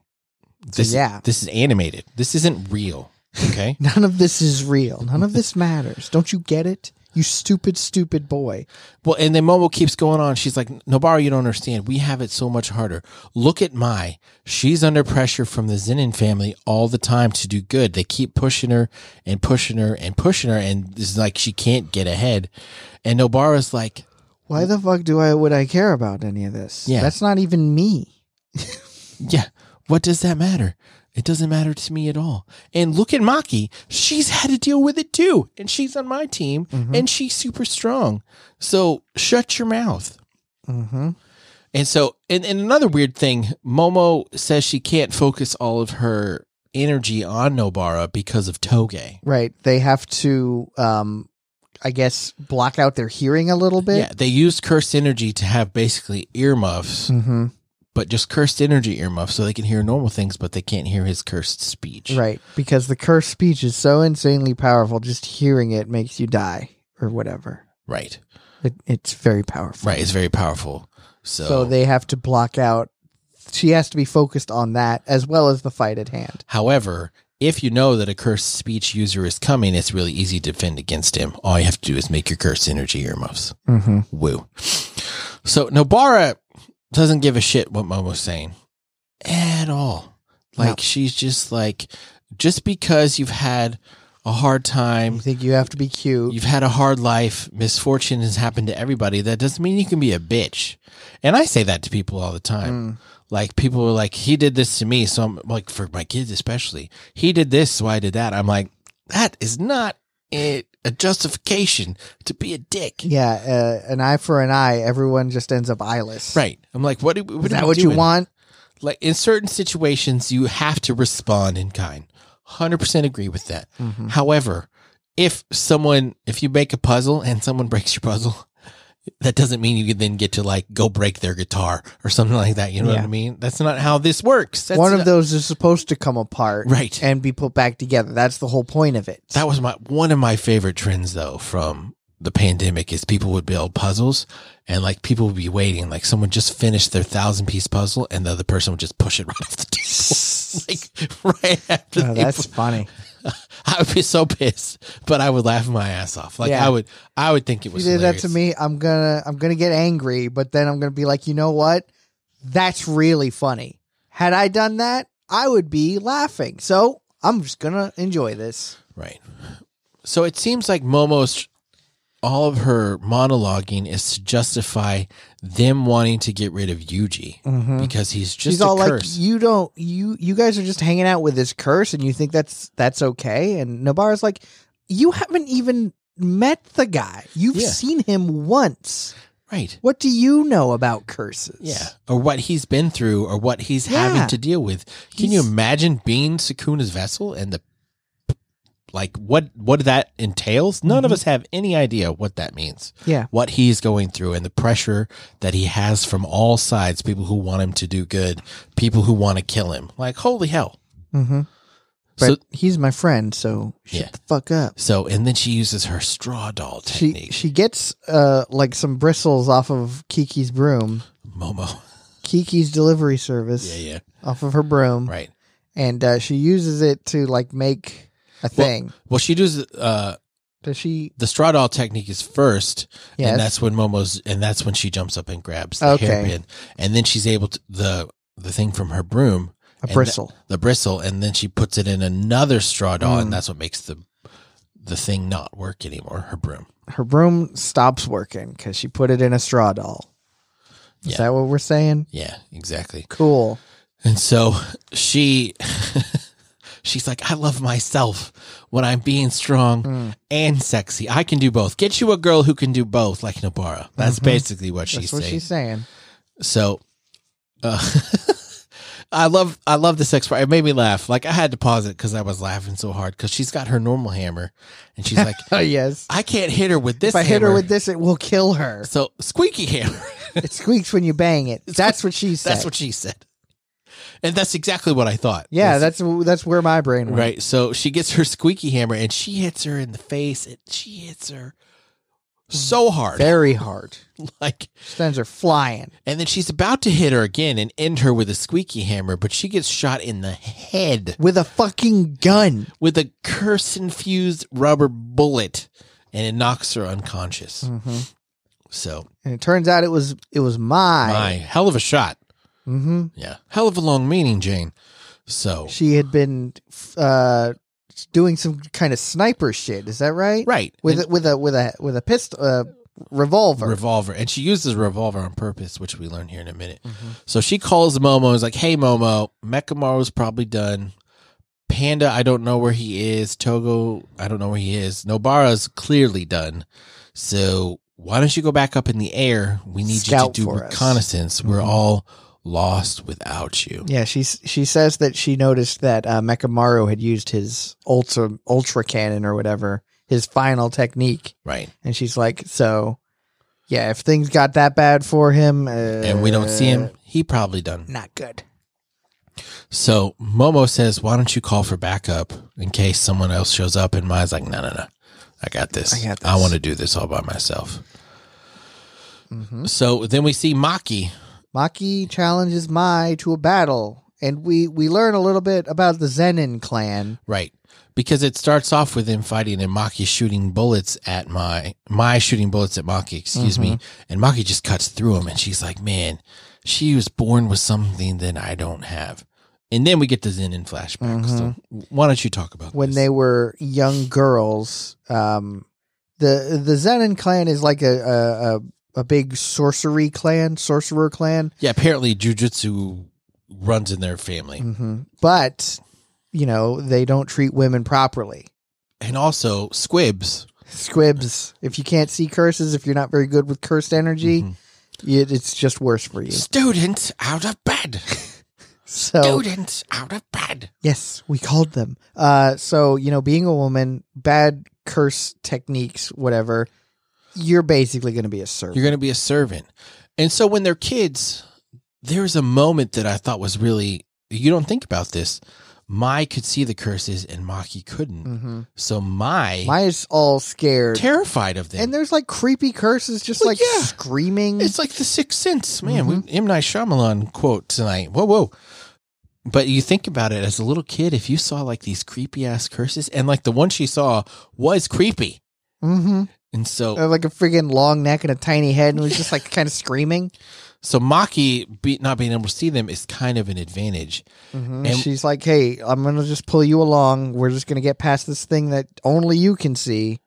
[SPEAKER 1] This,
[SPEAKER 2] yeah.
[SPEAKER 1] This is animated. This isn't real. Okay.
[SPEAKER 2] None of this is real. None of this matters. Don't you get it? You stupid, stupid boy.
[SPEAKER 1] well, and then Momo keeps going on. She's like, Nobara, you don't understand. We have it so much harder. Look at Mai. She's under pressure from the Zenin family all the time to do good. They keep pushing her and pushing her and pushing her. And it's like she can't get ahead. And Nobara's like,
[SPEAKER 2] Why the fuck do I would I care about any of this?
[SPEAKER 1] Yeah.
[SPEAKER 2] That's not even me.
[SPEAKER 1] Yeah. What does that matter? It doesn't matter to me at all. And look at Maki. She's had to deal with it too. And she's on my team
[SPEAKER 2] Mm-hmm.
[SPEAKER 1] and she's super strong. So shut your mouth.
[SPEAKER 2] Mm-hmm.
[SPEAKER 1] And so, and, and another weird thing Momo says she can't focus all of her energy on Nobara because of Toge.
[SPEAKER 2] Right. They have to um I guess block out their hearing a little bit.
[SPEAKER 1] Yeah. They used cursed energy to have basically earmuffs,
[SPEAKER 2] Mm-hmm.
[SPEAKER 1] but just cursed energy earmuffs so they can hear normal things, but they can't hear his cursed speech.
[SPEAKER 2] Right. Because the cursed speech is so insanely powerful, just hearing it makes you die or whatever.
[SPEAKER 1] Right.
[SPEAKER 2] It, it's very powerful.
[SPEAKER 1] Right. It's very powerful. So,
[SPEAKER 2] So, they have to block out she has to be focused on that as well as the fight at hand.
[SPEAKER 1] However, if you know that a cursed speech user is coming, it's really easy to defend against him. All you have to do is make your cursed energy earmuffs.
[SPEAKER 2] Mm-hmm.
[SPEAKER 1] Woo. So Nobara doesn't give a shit what Momo's saying at all. Like
[SPEAKER 2] No.
[SPEAKER 1] she's just like, just because you've had a hard
[SPEAKER 2] You
[SPEAKER 1] time,
[SPEAKER 2] think you have to be cute.
[SPEAKER 1] you've had a hard life, misfortune has happened to everybody. That doesn't mean you can be a bitch. And I say that to people all the time
[SPEAKER 2] Mm.
[SPEAKER 1] like people were like he did this to me so i'm like for my kids especially he did this so i did that i'm like that is not a, a justification to be a dick
[SPEAKER 2] Yeah, uh, an eye for an eye. Everyone just ends up eyeless.
[SPEAKER 1] right i'm like what, do- what
[SPEAKER 2] Is
[SPEAKER 1] are
[SPEAKER 2] that
[SPEAKER 1] we
[SPEAKER 2] what you
[SPEAKER 1] doing?
[SPEAKER 2] want?
[SPEAKER 1] like in certain situations you have to respond in kind 100% agree with that
[SPEAKER 2] Mm-hmm.
[SPEAKER 1] however if someone if you make a puzzle and someone breaks your puzzle that doesn't mean you then get to like go break their guitar or something like that you know what
[SPEAKER 2] Yeah.
[SPEAKER 1] i mean that's not how this works that's
[SPEAKER 2] One
[SPEAKER 1] not-
[SPEAKER 2] of those is supposed to come apart
[SPEAKER 1] right
[SPEAKER 2] and be put back together. That's the whole point of it.
[SPEAKER 1] That was my one of my favorite trends though from the pandemic is people would build puzzles and like people would be waiting like someone just finished their thousand piece puzzle and the other person would just push it right off the table like right after
[SPEAKER 2] Oh,
[SPEAKER 1] they-
[SPEAKER 2] that's funny.
[SPEAKER 1] I would be so pissed but I would laugh my ass off like
[SPEAKER 2] Yeah.
[SPEAKER 1] I would I would think it
[SPEAKER 2] If you
[SPEAKER 1] was
[SPEAKER 2] did that
[SPEAKER 1] hilarious.
[SPEAKER 2] to me, I'm gonna I'm gonna get angry, but then I'm gonna be like, you know what? That's really funny. Had I done that, I would be laughing. So I'm just gonna enjoy this.
[SPEAKER 1] right so it seems like Momo's all of her monologuing is to justify them wanting to get rid of Yuji because he's Mm-hmm. just
[SPEAKER 2] She's
[SPEAKER 1] a
[SPEAKER 2] Mm-hmm. all
[SPEAKER 1] curse.
[SPEAKER 2] like, you don't you you guys are just hanging out with this curse, and you think that's that's okay. And Nobara's like, you haven't even met the guy. You've
[SPEAKER 1] Yeah.
[SPEAKER 2] seen him once.
[SPEAKER 1] right
[SPEAKER 2] What do you know about curses?
[SPEAKER 1] Yeah. Or what he's been through or what he's
[SPEAKER 2] Yeah.
[SPEAKER 1] having to deal with. Can you
[SPEAKER 2] He's-
[SPEAKER 1] imagine being Sakuna's vessel and the like what what that entails? None
[SPEAKER 2] Mm-hmm.
[SPEAKER 1] of us have any idea what that means.
[SPEAKER 2] Yeah.
[SPEAKER 1] What he's going through and the pressure that he has from all sides, people who want him to do good, people who want to kill him. Like holy hell.
[SPEAKER 2] Mm-hmm. But
[SPEAKER 1] So
[SPEAKER 2] he's my friend, so shut
[SPEAKER 1] Yeah.
[SPEAKER 2] the fuck up.
[SPEAKER 1] so and then she uses her straw doll
[SPEAKER 2] She
[SPEAKER 1] technique.
[SPEAKER 2] she gets uh like some bristles off of Kiki's broom,
[SPEAKER 1] Momo.
[SPEAKER 2] Kiki's delivery service
[SPEAKER 1] Yeah, yeah.
[SPEAKER 2] off of her broom,
[SPEAKER 1] Right.
[SPEAKER 2] and uh, she uses it to like make a thing.
[SPEAKER 1] Well she does uh
[SPEAKER 2] Does she?
[SPEAKER 1] the straw doll technique is first,
[SPEAKER 2] Yes.
[SPEAKER 1] and that's when Momo's, and that's when she jumps up and grabs the
[SPEAKER 2] Okay.
[SPEAKER 1] hairpin, and then she's able to the the thing from her broom,
[SPEAKER 2] A
[SPEAKER 1] and
[SPEAKER 2] bristle.
[SPEAKER 1] the, the bristle, and then she puts it in another straw doll,
[SPEAKER 2] Mm.
[SPEAKER 1] and that's what makes the the thing not work anymore. Her broom,
[SPEAKER 2] her broom stops working because she put it in a straw doll. Is
[SPEAKER 1] Yeah.
[SPEAKER 2] that what we're saying?
[SPEAKER 1] yeah, exactly.
[SPEAKER 2] Cool.
[SPEAKER 1] And so she she's like, I love myself when I'm being strong
[SPEAKER 2] Mm.
[SPEAKER 1] and sexy. I can do both. Get you a girl who can do both, like Nabara.
[SPEAKER 2] Mm-hmm.
[SPEAKER 1] That's basically what
[SPEAKER 2] That's
[SPEAKER 1] she's
[SPEAKER 2] what
[SPEAKER 1] saying.
[SPEAKER 2] she's saying.
[SPEAKER 1] So, uh, I love I love the sex part. It made me laugh. Like I had to pause it because I was laughing so hard because she's got her normal hammer and she's like,
[SPEAKER 2] Oh yes.
[SPEAKER 1] I can't hit her with this.
[SPEAKER 2] if I hit her
[SPEAKER 1] hammer.
[SPEAKER 2] with this, it will kill her.
[SPEAKER 1] so squeaky hammer.
[SPEAKER 2] It squeaks when you bang it. That's what she said.
[SPEAKER 1] that's what she said, and that's exactly what I thought.
[SPEAKER 2] yeah,
[SPEAKER 1] Was-
[SPEAKER 2] that's that's where my brain went.
[SPEAKER 1] Right. So she gets her squeaky hammer and she hits her in the face and she hits her so
[SPEAKER 2] Mm.
[SPEAKER 1] hard.
[SPEAKER 2] Very hard.
[SPEAKER 1] Like
[SPEAKER 2] Stems are flying.
[SPEAKER 1] and then she's about to hit her again and end her with a squeaky hammer, but she gets shot in the head
[SPEAKER 2] With a fucking gun.
[SPEAKER 1] with a curse infused rubber bullet and it knocks her unconscious.
[SPEAKER 2] Mm.
[SPEAKER 1] So
[SPEAKER 2] Mm-hmm. And it turns out it was it was
[SPEAKER 1] my
[SPEAKER 2] my.
[SPEAKER 1] hell of a shot.
[SPEAKER 2] hmm
[SPEAKER 1] Yeah. Hell of a long meaning, Jane. So
[SPEAKER 2] She had been uh, doing some kind of sniper shit. Is that right?
[SPEAKER 1] right.
[SPEAKER 2] With
[SPEAKER 1] And-
[SPEAKER 2] a, with a with a with a pistol uh, revolver.
[SPEAKER 1] revolver. And she uses revolver on purpose, which we learn here in a minute.
[SPEAKER 2] Mm-hmm.
[SPEAKER 1] So she calls Momo and is like, Hey Momo, Mechamaru's probably done. Panda, I don't know where he is. Togo, I don't know where he is. Nobara's clearly done. So why don't you go back up in the air? We need you
[SPEAKER 2] Scout
[SPEAKER 1] to do
[SPEAKER 2] for us.
[SPEAKER 1] reconnaissance. We're
[SPEAKER 2] Mhm.
[SPEAKER 1] all lost without you.
[SPEAKER 2] Yeah, she she says that she noticed that uh, Mekamaru had used his ultra ultra cannon or whatever his final technique,
[SPEAKER 1] Right.
[SPEAKER 2] and she's like, so yeah, if things got that bad for him, uh,
[SPEAKER 1] And we don't see him. He probably done.
[SPEAKER 2] not good.
[SPEAKER 1] So Momo says, Why don't you call for backup in case someone else shows up? And Mai's like, No, no, no. I got this.
[SPEAKER 2] I got
[SPEAKER 1] I
[SPEAKER 2] this."
[SPEAKER 1] want to do this all by myself.
[SPEAKER 2] hmm
[SPEAKER 1] So then we see Maki.
[SPEAKER 2] Maki challenges Mai to a battle, and we we learn a little bit about the Zenin clan.
[SPEAKER 1] Right. Because it starts off with him fighting and Maki shooting bullets at my my shooting bullets at Maki, excuse me.
[SPEAKER 2] Mm-hmm.
[SPEAKER 1] And Maki just cuts through him and she's like, Man, she was born with something that I don't have. And then we get the Zenin flashback. So why don't you talk about
[SPEAKER 2] Mm-hmm. when
[SPEAKER 1] this?
[SPEAKER 2] they were young girls. Um, the the Zenin clan is like a a, a a big sorcery clan, sorcerer clan.
[SPEAKER 1] Yeah, apparently jujitsu runs in their family.
[SPEAKER 2] hmm But you know they don't treat women properly.
[SPEAKER 1] And also squibs.
[SPEAKER 2] Squibs. If you can't see curses, if you're not very good with cursed energy,
[SPEAKER 1] Mhm.
[SPEAKER 2] it, it's just worse for you.
[SPEAKER 1] Students out of bed.
[SPEAKER 2] So
[SPEAKER 1] Students out of bed.
[SPEAKER 2] Yes, we called them. Uh, so you know, being a woman, bad curse techniques, whatever. You're basically going to be a servant.
[SPEAKER 1] You're going to be a servant. And so when they're kids, there's a moment that I thought was really, you don't think about this. Mai could see the curses and Maki couldn't.
[SPEAKER 2] hmm
[SPEAKER 1] So Mai,
[SPEAKER 2] Maya's all scared,
[SPEAKER 1] terrified of them.
[SPEAKER 2] and there's like creepy curses, just
[SPEAKER 1] Well,
[SPEAKER 2] like
[SPEAKER 1] yeah.
[SPEAKER 2] screaming.
[SPEAKER 1] it's like the sixth sense, man. We, M. Night Shyamalan quote tonight. Whoa, whoa. But you think about it as a little kid, if you saw like these creepy ass curses, and like the one she saw was creepy.
[SPEAKER 2] mm-hmm.
[SPEAKER 1] And so
[SPEAKER 2] like a friggin' long neck and a tiny head, and it was just like kind of screaming.
[SPEAKER 1] So Maki be, not being able to see them is kind of an advantage.
[SPEAKER 2] Mm-hmm.
[SPEAKER 1] And-
[SPEAKER 2] she's like, "Hey, I'm going to just pull you along. We're just going to get past this thing that only you can see."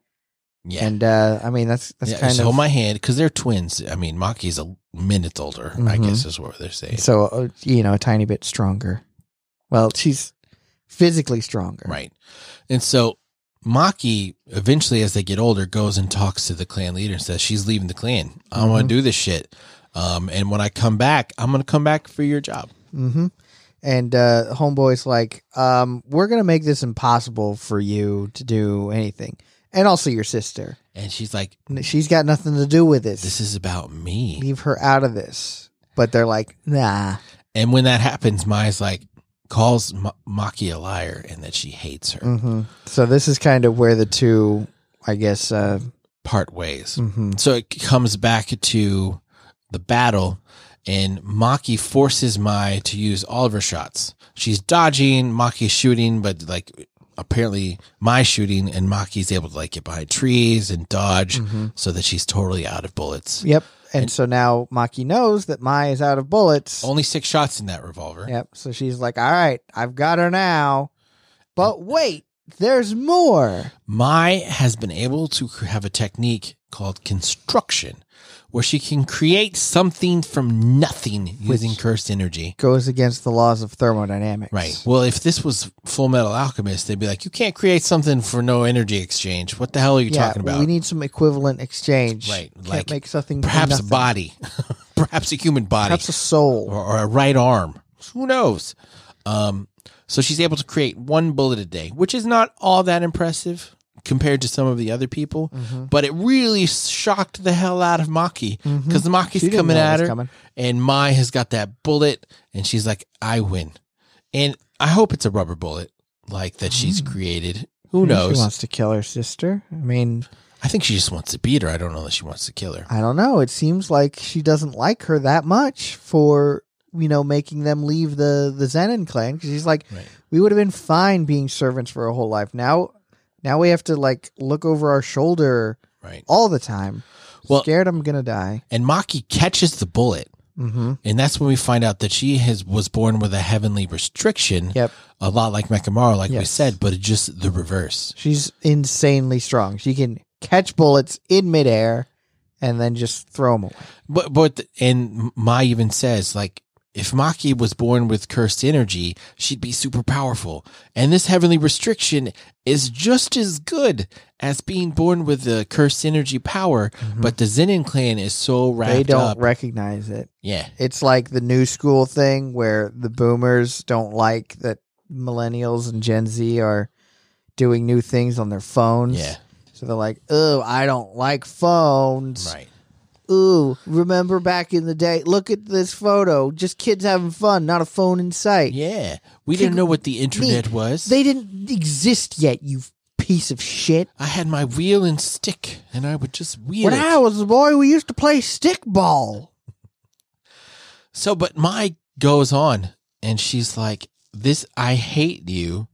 [SPEAKER 1] Yeah.
[SPEAKER 2] And uh, I mean, that's that's
[SPEAKER 1] yeah,
[SPEAKER 2] kind
[SPEAKER 1] just
[SPEAKER 2] of
[SPEAKER 1] hold my hand because they're twins. I mean, Maki's a minute older, I
[SPEAKER 2] Mhm.
[SPEAKER 1] guess is what they're saying.
[SPEAKER 2] so uh, you know a tiny bit stronger. Well, she's physically stronger,
[SPEAKER 1] Right. And so Maki, eventually, as they get older, goes and talks to the clan leader and says, She's leaving the clan. I don't
[SPEAKER 2] Mm-hmm.
[SPEAKER 1] want to do this shit. Um, and when I come back, I'm going to come back for your job.
[SPEAKER 2] Mm-hmm. And uh, homeboy's like, um, "We're going to make this impossible for you to do anything, and also your sister.
[SPEAKER 1] And she's like,
[SPEAKER 2] N- She's got nothing to do with this.
[SPEAKER 1] This is about me.
[SPEAKER 2] Leave her out of this." But they're like, "Nah."
[SPEAKER 1] And when that happens, Mai's like, calls Ma- Maki a liar and that she hates her.
[SPEAKER 2] hmm So this is kind of where the two, I guess. Uh,
[SPEAKER 1] Part ways.
[SPEAKER 2] mhm.
[SPEAKER 1] So it comes back to the battle, and Maki forces Mai to use all of her shots. She's dodging, Maki's shooting, but like apparently Mai shooting, and Maki's able to like get behind trees and
[SPEAKER 2] Mm.
[SPEAKER 1] dodge so that she's totally out of bullets.
[SPEAKER 2] Mm-hmm. Yep. And, so now Maki knows that Mai is out of bullets.
[SPEAKER 1] Only six shots in that revolver.
[SPEAKER 2] Yep. So she's like, "All right, I've got her now." But wait, there's more.
[SPEAKER 1] Mai has been able to cr- have a technique called construction, where she can create something from nothing using cursed energy.
[SPEAKER 2] Goes against the laws of thermodynamics.
[SPEAKER 1] Right. Well, if this was Full Metal Alchemist, they'd be like, you can't create something for no energy exchange. What the hell are you
[SPEAKER 2] yeah,
[SPEAKER 1] talking about?
[SPEAKER 2] We need some equivalent exchange.
[SPEAKER 1] Right,
[SPEAKER 2] Can't
[SPEAKER 1] like
[SPEAKER 2] make something from
[SPEAKER 1] Perhaps a
[SPEAKER 2] nothing.
[SPEAKER 1] body, perhaps a human body,
[SPEAKER 2] Perhaps a soul.
[SPEAKER 1] or, or a right arm. Who knows? Um, so she's able to create one bullet a day, which is not all that impressive compared to some of the other people,
[SPEAKER 2] Mhm.
[SPEAKER 1] but it really shocked the hell out of Maki
[SPEAKER 2] Mhm.
[SPEAKER 1] because
[SPEAKER 2] She
[SPEAKER 1] Maki's
[SPEAKER 2] didn't
[SPEAKER 1] coming
[SPEAKER 2] know it
[SPEAKER 1] at
[SPEAKER 2] was
[SPEAKER 1] her,
[SPEAKER 2] coming.
[SPEAKER 1] and Mai has got that bullet, and she's like, "I win," and I hope it's a rubber bullet like that she's created. Who
[SPEAKER 2] Mm. Maybe
[SPEAKER 1] knows?
[SPEAKER 2] She wants to kill her sister. I mean,
[SPEAKER 1] I think she just wants to beat her. I don't know that she wants to kill her.
[SPEAKER 2] I don't know. It seems like she doesn't like her that much for you know making them leave the the Zenon clan because she's like,
[SPEAKER 1] Right.
[SPEAKER 2] we would have been fine being servants for our whole life. Now, now we have to like look over our shoulder
[SPEAKER 1] Right.
[SPEAKER 2] all the time.
[SPEAKER 1] Well-
[SPEAKER 2] Scared I'm gonna die.
[SPEAKER 1] And Maki catches the bullet,
[SPEAKER 2] Mm-hmm.
[SPEAKER 1] and that's when we find out that she has was born with a heavenly restriction.
[SPEAKER 2] Yep.
[SPEAKER 1] A lot like Mekamaru, like we
[SPEAKER 2] Yes.
[SPEAKER 1] said, but it's just the reverse.
[SPEAKER 2] She's insanely strong. She can catch bullets in midair and then just throw them away.
[SPEAKER 1] But but and Mai even says like if Maki was born with cursed energy, she'd be super powerful. And this heavenly restriction is just as good as being born with the cursed energy power. But the Zenin clan is so wrapped
[SPEAKER 2] Mm-hmm. They don't
[SPEAKER 1] up.
[SPEAKER 2] recognize it.
[SPEAKER 1] yeah,
[SPEAKER 2] It's like the new school thing where the boomers don't like that millennials and Gen Z are doing new things on their phones.
[SPEAKER 1] yeah,
[SPEAKER 2] So they're like, "Oh, I don't like phones."
[SPEAKER 1] right.
[SPEAKER 2] Ooh, remember back in the day? Look at this photo. Just kids having fun, not a phone in sight.
[SPEAKER 1] Yeah, we didn't know what the internet was.
[SPEAKER 2] They didn't exist yet, you piece of shit.
[SPEAKER 1] I had my wheel and stick, and I would just wheel
[SPEAKER 2] When
[SPEAKER 1] it.
[SPEAKER 2] I was a boy, we used to play stickball.
[SPEAKER 1] So, but Mai goes on and she's like, This, I hate you.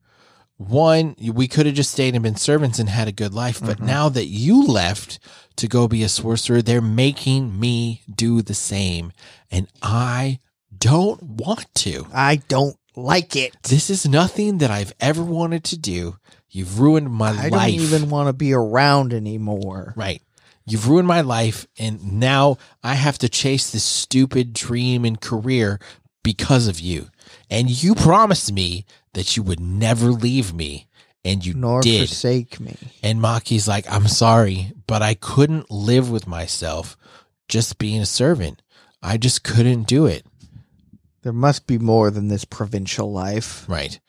[SPEAKER 1] One, we could have just stayed and been servants and had a good life. But
[SPEAKER 2] Mm-hmm.
[SPEAKER 1] now that you left to go be a sorcerer, they're making me do the same. And I don't want to.
[SPEAKER 2] I don't like it.
[SPEAKER 1] This is nothing that I've ever wanted to do. You've ruined my
[SPEAKER 2] I
[SPEAKER 1] life.
[SPEAKER 2] don't even want to be around anymore.
[SPEAKER 1] Right. You've ruined my life. And now I have to chase this stupid dream and career because of you. And you promised me that you would never leave me. And you
[SPEAKER 2] Nor
[SPEAKER 1] did.
[SPEAKER 2] forsake me.
[SPEAKER 1] And Maki's like, I'm sorry, but I couldn't live with myself just being a servant. I just couldn't do it.
[SPEAKER 2] There must be more than this provincial life.
[SPEAKER 1] Right.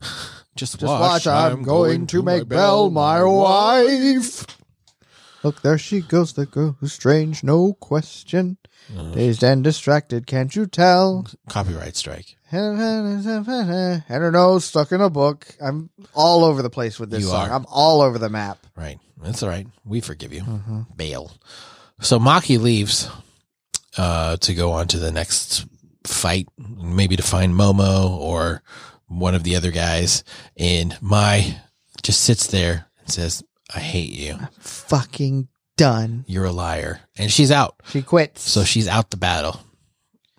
[SPEAKER 1] Just,
[SPEAKER 2] Just watch, I'm, going, to make Belle my wife. Look, there she goes, the girl who's strange, no question. Dazed and distracted, can't you tell?
[SPEAKER 1] Copyright strike.
[SPEAKER 2] I don't know, stuck in a book. I'm all over the place with this
[SPEAKER 1] You
[SPEAKER 2] song.
[SPEAKER 1] are.
[SPEAKER 2] I'm all over the map.
[SPEAKER 1] Right. That's all right. We forgive you. Bail. So Maki leaves uh, to go on to the next fight, maybe to find Momo or one of the other guys. And Mai just sits there and says, I hate you.
[SPEAKER 2] Fucking done.
[SPEAKER 1] You're a liar. And she's out.
[SPEAKER 2] She quits.
[SPEAKER 1] So she's out the battle.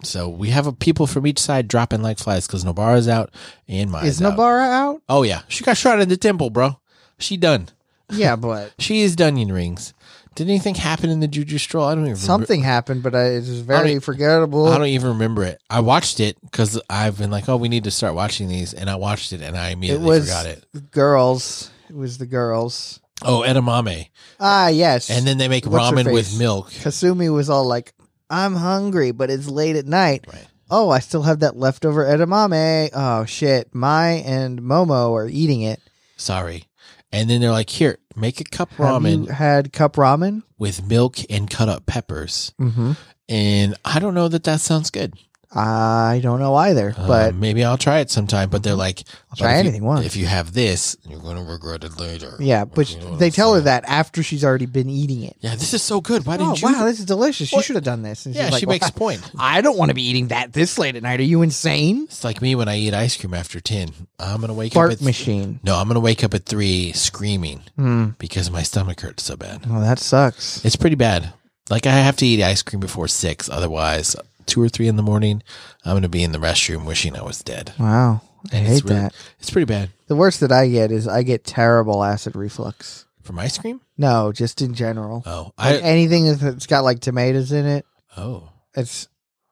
[SPEAKER 1] So we have a people from each side dropping like flies because Nobara's out and Mai's
[SPEAKER 2] Is
[SPEAKER 1] out.
[SPEAKER 2] Nabara out?
[SPEAKER 1] Oh, yeah. She got shot in the temple, bro. She done.
[SPEAKER 2] Yeah, but
[SPEAKER 1] She is Dunyan Rings. Did anything happen in the Juju Stroll? I don't even
[SPEAKER 2] something happened, but I, it was very
[SPEAKER 1] don't-
[SPEAKER 2] forgettable.
[SPEAKER 1] Remember. I don't even remember it. I watched it because I've been like, oh, we need to start watching these, and I watched it and I immediately
[SPEAKER 2] was-
[SPEAKER 1] forgot it.
[SPEAKER 2] girls. It was the girls.
[SPEAKER 1] Oh, edamame,
[SPEAKER 2] Ah, yes.
[SPEAKER 1] and then they make
[SPEAKER 2] What's her
[SPEAKER 1] ramen with
[SPEAKER 2] face?
[SPEAKER 1] milk.
[SPEAKER 2] Kasumi was all like, I'm hungry, but it's late at night.
[SPEAKER 1] Right.
[SPEAKER 2] Oh, I still have that leftover edamame. Oh, shit. Mai and Momo are eating it.
[SPEAKER 1] Sorry. And then they're like, here, make a cup
[SPEAKER 2] Have
[SPEAKER 1] ramen
[SPEAKER 2] you had cup ramen?
[SPEAKER 1] with milk and cut up peppers.
[SPEAKER 2] Mm-hmm.
[SPEAKER 1] And I don't know that that sounds good.
[SPEAKER 2] I don't know either,
[SPEAKER 1] Uh,
[SPEAKER 2] but Mm-hmm.
[SPEAKER 1] maybe I'll try it sometime. But they're like,
[SPEAKER 2] I'll try
[SPEAKER 1] "But if you-
[SPEAKER 2] anything once.
[SPEAKER 1] If you have this, you're going to regret it later.
[SPEAKER 2] yeah, but
[SPEAKER 1] You know what
[SPEAKER 2] they
[SPEAKER 1] I'm
[SPEAKER 2] tell her
[SPEAKER 1] saying?
[SPEAKER 2] that after she's already been eating it.
[SPEAKER 1] Yeah, this is so good. Why
[SPEAKER 2] Oh,
[SPEAKER 1] didn't you?
[SPEAKER 2] wow, this is delicious. You
[SPEAKER 1] What?
[SPEAKER 2] should have done this. And she's
[SPEAKER 1] yeah,
[SPEAKER 2] like,
[SPEAKER 1] she
[SPEAKER 2] "Well,
[SPEAKER 1] makes a point.
[SPEAKER 2] I don't want to be eating that this late at night. Are you insane?
[SPEAKER 1] It's like me when I eat ice cream after ten. I'm gonna wake up
[SPEAKER 2] Fart
[SPEAKER 1] at
[SPEAKER 2] machine.
[SPEAKER 1] no. I'm gonna wake up at three screaming
[SPEAKER 2] Hmm.
[SPEAKER 1] because my stomach hurts so bad.
[SPEAKER 2] Oh, that sucks.
[SPEAKER 1] It's pretty bad. Like I have to eat ice cream before six, otherwise, two or three in the morning, I'm gonna be in the restroom wishing I was dead.
[SPEAKER 2] Wow. I
[SPEAKER 1] And
[SPEAKER 2] hate
[SPEAKER 1] it's really-
[SPEAKER 2] that.
[SPEAKER 1] It's pretty bad
[SPEAKER 2] The worst that I get is I get terrible acid reflux.
[SPEAKER 1] from ice cream.
[SPEAKER 2] No, just in general.
[SPEAKER 1] Oh,
[SPEAKER 2] Like
[SPEAKER 1] I
[SPEAKER 2] anything that's got like tomatoes in it,
[SPEAKER 1] oh
[SPEAKER 2] it's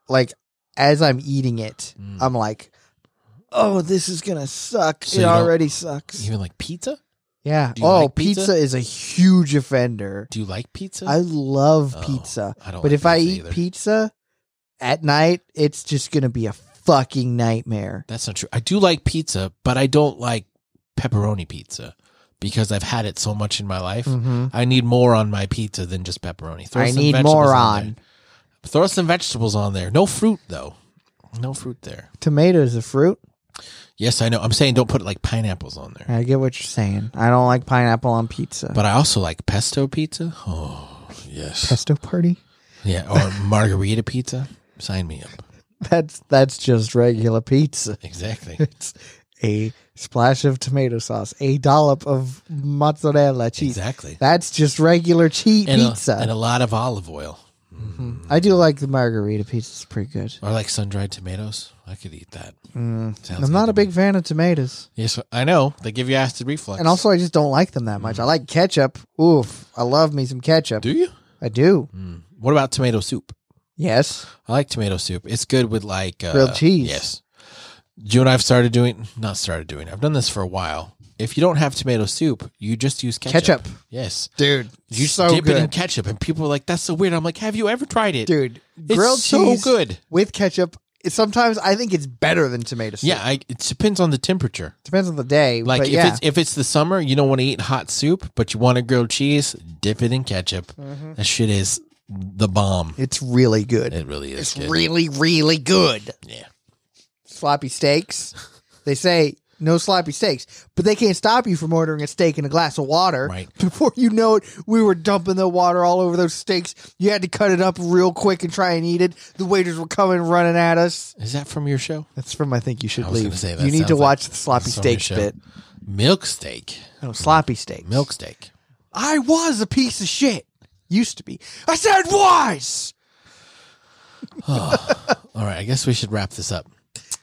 [SPEAKER 2] like as I'm eating it,
[SPEAKER 1] Mm.
[SPEAKER 2] I'm like, oh, this is gonna suck.
[SPEAKER 1] So
[SPEAKER 2] it
[SPEAKER 1] you don't-
[SPEAKER 2] already sucks.
[SPEAKER 1] even like pizza.
[SPEAKER 2] yeah.
[SPEAKER 1] do you
[SPEAKER 2] Oh,
[SPEAKER 1] like pizza?
[SPEAKER 2] pizza? is a huge offender.
[SPEAKER 1] Do you like pizza?
[SPEAKER 2] I love
[SPEAKER 1] Oh,
[SPEAKER 2] pizza,
[SPEAKER 1] I don't.
[SPEAKER 2] but
[SPEAKER 1] like
[SPEAKER 2] if I
[SPEAKER 1] pizza
[SPEAKER 2] eat
[SPEAKER 1] either.
[SPEAKER 2] pizza at night, it's just gonna be a fucking nightmare.
[SPEAKER 1] That's not true. I do like pizza, but I don't like pepperoni pizza because I've had it so much in my life.
[SPEAKER 2] Mhm.
[SPEAKER 1] I need more on my pizza than just pepperoni. Throw
[SPEAKER 2] I
[SPEAKER 1] some
[SPEAKER 2] need
[SPEAKER 1] vegetables
[SPEAKER 2] more
[SPEAKER 1] there.
[SPEAKER 2] on.
[SPEAKER 1] Throw some vegetables on there. No fruit though. No fruit there.
[SPEAKER 2] Tomatoes a fruit.
[SPEAKER 1] Yes, I know. I'm saying don't put like pineapples on there.
[SPEAKER 2] I get what you're saying. I don't like pineapple on pizza.
[SPEAKER 1] But I also like pesto pizza. Oh yes.
[SPEAKER 2] pesto party?
[SPEAKER 1] Yeah, or margarita pizza. Sign me up.
[SPEAKER 2] That's that's just regular pizza.
[SPEAKER 1] Exactly.
[SPEAKER 2] It's a splash of tomato sauce, a dollop of mozzarella cheese.
[SPEAKER 1] Exactly.
[SPEAKER 2] That's just regular cheap
[SPEAKER 1] And a,
[SPEAKER 2] pizza.
[SPEAKER 1] and a lot of olive oil.
[SPEAKER 2] I do like the margarita pizza. It's pretty good.
[SPEAKER 1] Or like sun dried tomatoes. I could eat that. Sounds
[SPEAKER 2] Mm. I'm
[SPEAKER 1] good
[SPEAKER 2] not
[SPEAKER 1] to
[SPEAKER 2] a big fan of tomatoes.
[SPEAKER 1] me. Yes, I know. They give you acid reflux.
[SPEAKER 2] And also, I just don't like them that
[SPEAKER 1] Mm.
[SPEAKER 2] much. I like ketchup. Oof. I love me some ketchup.
[SPEAKER 1] do you?
[SPEAKER 2] I do.
[SPEAKER 1] Mm. What about tomato soup?
[SPEAKER 2] Yes.
[SPEAKER 1] I like tomato soup. It's good with like uh,
[SPEAKER 2] Grilled cheese.
[SPEAKER 1] Yes. You and I've started doing, not started doing. I've done this for a while. If you don't have tomato soup, you just use ketchup.
[SPEAKER 2] Ketchup.
[SPEAKER 1] Yes.
[SPEAKER 2] Dude.
[SPEAKER 1] You
[SPEAKER 2] You
[SPEAKER 1] just
[SPEAKER 2] so
[SPEAKER 1] dip it in
[SPEAKER 2] good.
[SPEAKER 1] ketchup, and people are like, "That's so weird." I'm like, "Have you ever tried it,
[SPEAKER 2] Dude.
[SPEAKER 1] It's
[SPEAKER 2] grilled
[SPEAKER 1] so
[SPEAKER 2] cheese
[SPEAKER 1] good.
[SPEAKER 2] with ketchup. it- Sometimes I think it's better than tomato soup.
[SPEAKER 1] Yeah, I, it depends on the temperature.
[SPEAKER 2] Depends on the day.
[SPEAKER 1] Like
[SPEAKER 2] but
[SPEAKER 1] if
[SPEAKER 2] yeah.
[SPEAKER 1] it's if it's the summer, you don't want to eat hot soup, but you want a grilled cheese, dip it in ketchup.
[SPEAKER 2] Mm-hmm.
[SPEAKER 1] That shit is the bomb.
[SPEAKER 2] It's really good.
[SPEAKER 1] It really is.
[SPEAKER 2] it's
[SPEAKER 1] good.
[SPEAKER 2] really, really good.
[SPEAKER 1] yeah.
[SPEAKER 2] Sloppy steaks. they say no sloppy steaks, but they can't stop you from ordering a steak and a glass of water.
[SPEAKER 1] Right.
[SPEAKER 2] Before you know it, we were dumping the water all over those steaks. You had to cut it up real quick and try and eat it. The waiters were coming running at us.
[SPEAKER 1] Is that from your show?
[SPEAKER 2] That's from I think you should
[SPEAKER 1] I was gonna
[SPEAKER 2] leave.
[SPEAKER 1] say, that
[SPEAKER 2] you need
[SPEAKER 1] sounds
[SPEAKER 2] to
[SPEAKER 1] like
[SPEAKER 2] watch the sloppy
[SPEAKER 1] that's from your
[SPEAKER 2] steaks
[SPEAKER 1] show.
[SPEAKER 2] bit.
[SPEAKER 1] Milk steak.
[SPEAKER 2] No sloppy steaks.
[SPEAKER 1] Milk steak.
[SPEAKER 2] I was a piece of shit. Used to be. I said was.
[SPEAKER 1] All right, I guess we should wrap this up.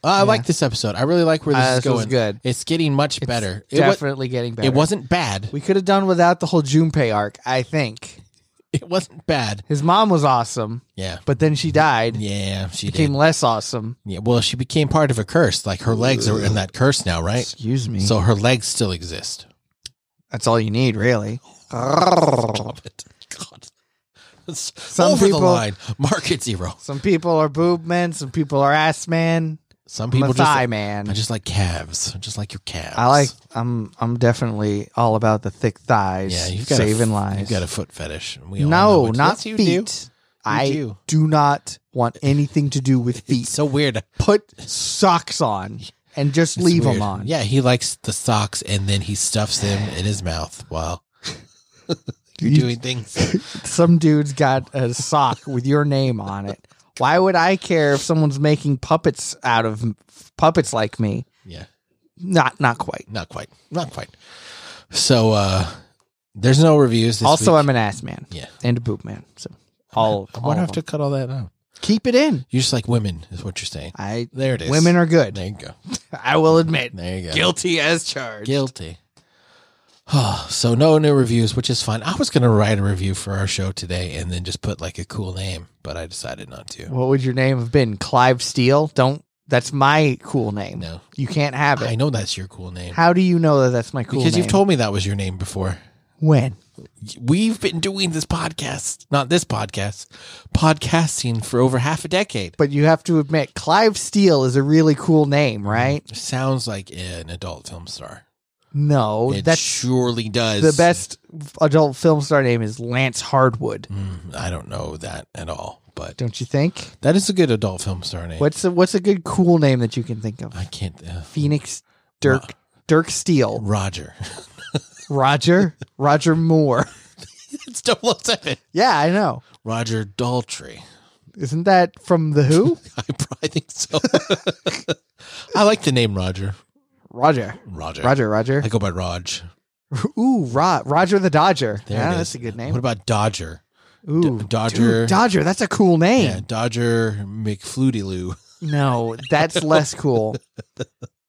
[SPEAKER 1] Uh, I like this episode. I really like where this
[SPEAKER 2] Uh,
[SPEAKER 1] is
[SPEAKER 2] this was
[SPEAKER 1] going.
[SPEAKER 2] good.
[SPEAKER 1] It's getting much better. It, wa-
[SPEAKER 2] Definitely getting better.
[SPEAKER 1] it wasn't bad.
[SPEAKER 2] We could have done without the whole Junpei arc, I think.
[SPEAKER 1] It wasn't bad.
[SPEAKER 2] His mom was awesome,
[SPEAKER 1] Yeah.
[SPEAKER 2] but then she died,
[SPEAKER 1] Yeah, she
[SPEAKER 2] became
[SPEAKER 1] did.
[SPEAKER 2] less awesome.
[SPEAKER 1] Yeah, well, she became part of a curse. Like her legs are in that curse now, right?
[SPEAKER 2] Excuse me.
[SPEAKER 1] So her legs still exist.
[SPEAKER 2] That's all you need, really.
[SPEAKER 1] Stop it. God. It's
[SPEAKER 2] Some
[SPEAKER 1] over
[SPEAKER 2] people-
[SPEAKER 1] the line. Market zero.
[SPEAKER 2] Some people are boob men, some people are ass men.
[SPEAKER 1] Some
[SPEAKER 2] I'm
[SPEAKER 1] people
[SPEAKER 2] a
[SPEAKER 1] just
[SPEAKER 2] thigh
[SPEAKER 1] like,
[SPEAKER 2] man.
[SPEAKER 1] I just like calves. I just like your calves.
[SPEAKER 2] I like I'm I'm definitely all about the thick thighs.
[SPEAKER 1] yeah, you've got
[SPEAKER 2] saving
[SPEAKER 1] a,
[SPEAKER 2] lives.
[SPEAKER 1] You've got a foot fetish. We all know
[SPEAKER 2] no,
[SPEAKER 1] it.
[SPEAKER 2] not
[SPEAKER 1] Yes, you
[SPEAKER 2] feet.
[SPEAKER 1] do.
[SPEAKER 2] I
[SPEAKER 1] do.
[SPEAKER 2] not want anything to do with feet.
[SPEAKER 1] It's so weird.
[SPEAKER 2] Put socks on and just
[SPEAKER 1] It's
[SPEAKER 2] leave
[SPEAKER 1] weird.
[SPEAKER 2] them on.
[SPEAKER 1] Yeah, he likes the socks and then he stuffs them in his mouth while
[SPEAKER 2] You-
[SPEAKER 1] doing things.
[SPEAKER 2] some dude's got a sock with your name on it. Why would I care if someone's making puppets out of puppets like me?
[SPEAKER 1] Yeah,
[SPEAKER 2] Not not quite.
[SPEAKER 1] not quite. Not quite. So uh there's no reviews this
[SPEAKER 2] also,
[SPEAKER 1] week.
[SPEAKER 2] I'm an ass man
[SPEAKER 1] Yeah.
[SPEAKER 2] and a boob man. So all,
[SPEAKER 1] I'm
[SPEAKER 2] all
[SPEAKER 1] gonna
[SPEAKER 2] of
[SPEAKER 1] have to
[SPEAKER 2] them.
[SPEAKER 1] cut all that out.
[SPEAKER 2] keep it in.
[SPEAKER 1] You just like women, is what you're saying.
[SPEAKER 2] I
[SPEAKER 1] There it is.
[SPEAKER 2] women are good.
[SPEAKER 1] There you go.
[SPEAKER 2] I will admit,
[SPEAKER 1] There you go.
[SPEAKER 2] guilty as charged.
[SPEAKER 1] Guilty. Oh, so no new reviews, which is fine. I was gonna write a review for our show today and then just put like a cool name, but I decided not to.
[SPEAKER 2] What would your name have been? Clive Steele? Don't. That's my cool name.
[SPEAKER 1] No.
[SPEAKER 2] You can't have
[SPEAKER 1] I
[SPEAKER 2] it.
[SPEAKER 1] know that's your cool name.
[SPEAKER 2] How do you know that that's my cool
[SPEAKER 1] because
[SPEAKER 2] name?
[SPEAKER 1] you've told me that was your name before.
[SPEAKER 2] when
[SPEAKER 1] We've been doing this podcast, not this podcast, podcasting for over half a decade.
[SPEAKER 2] but you have to admit Clive Steele is a really cool
[SPEAKER 1] Mm-hmm.
[SPEAKER 2] name, right?
[SPEAKER 1] Sounds like an adult film star.
[SPEAKER 2] No,
[SPEAKER 1] It
[SPEAKER 2] Oh, that's
[SPEAKER 1] surely does.
[SPEAKER 2] the best adult film star name is Lance Hardwood.
[SPEAKER 1] Mm, I don't know that at all, but
[SPEAKER 2] Don't you think?
[SPEAKER 1] that is a good adult film star name.
[SPEAKER 2] What's a, what's a good cool name that you can think of?
[SPEAKER 1] I can't. Uh,
[SPEAKER 2] Phoenix Dirk Dirk Steele,
[SPEAKER 1] Roger.
[SPEAKER 2] Roger Roger Moore.
[SPEAKER 1] it's 007.
[SPEAKER 2] Yeah, I know.
[SPEAKER 1] Roger Daltrey.
[SPEAKER 2] Isn't that from the Who?
[SPEAKER 1] I probably think so. I like the name Roger.
[SPEAKER 2] Roger,
[SPEAKER 1] Roger.
[SPEAKER 2] Roger, Roger.
[SPEAKER 1] I go by Raj.
[SPEAKER 2] Ooh, Ro- Roger the Dodger.
[SPEAKER 1] There
[SPEAKER 2] yeah,
[SPEAKER 1] it is.
[SPEAKER 2] that's a good
[SPEAKER 1] What
[SPEAKER 2] name.
[SPEAKER 1] about Dodger?
[SPEAKER 2] Ooh,
[SPEAKER 1] D- Dodger.
[SPEAKER 2] dude, Dodger. That's a cool name.
[SPEAKER 1] Yeah, Dodger McFlutiloo.
[SPEAKER 2] No, that's less cool.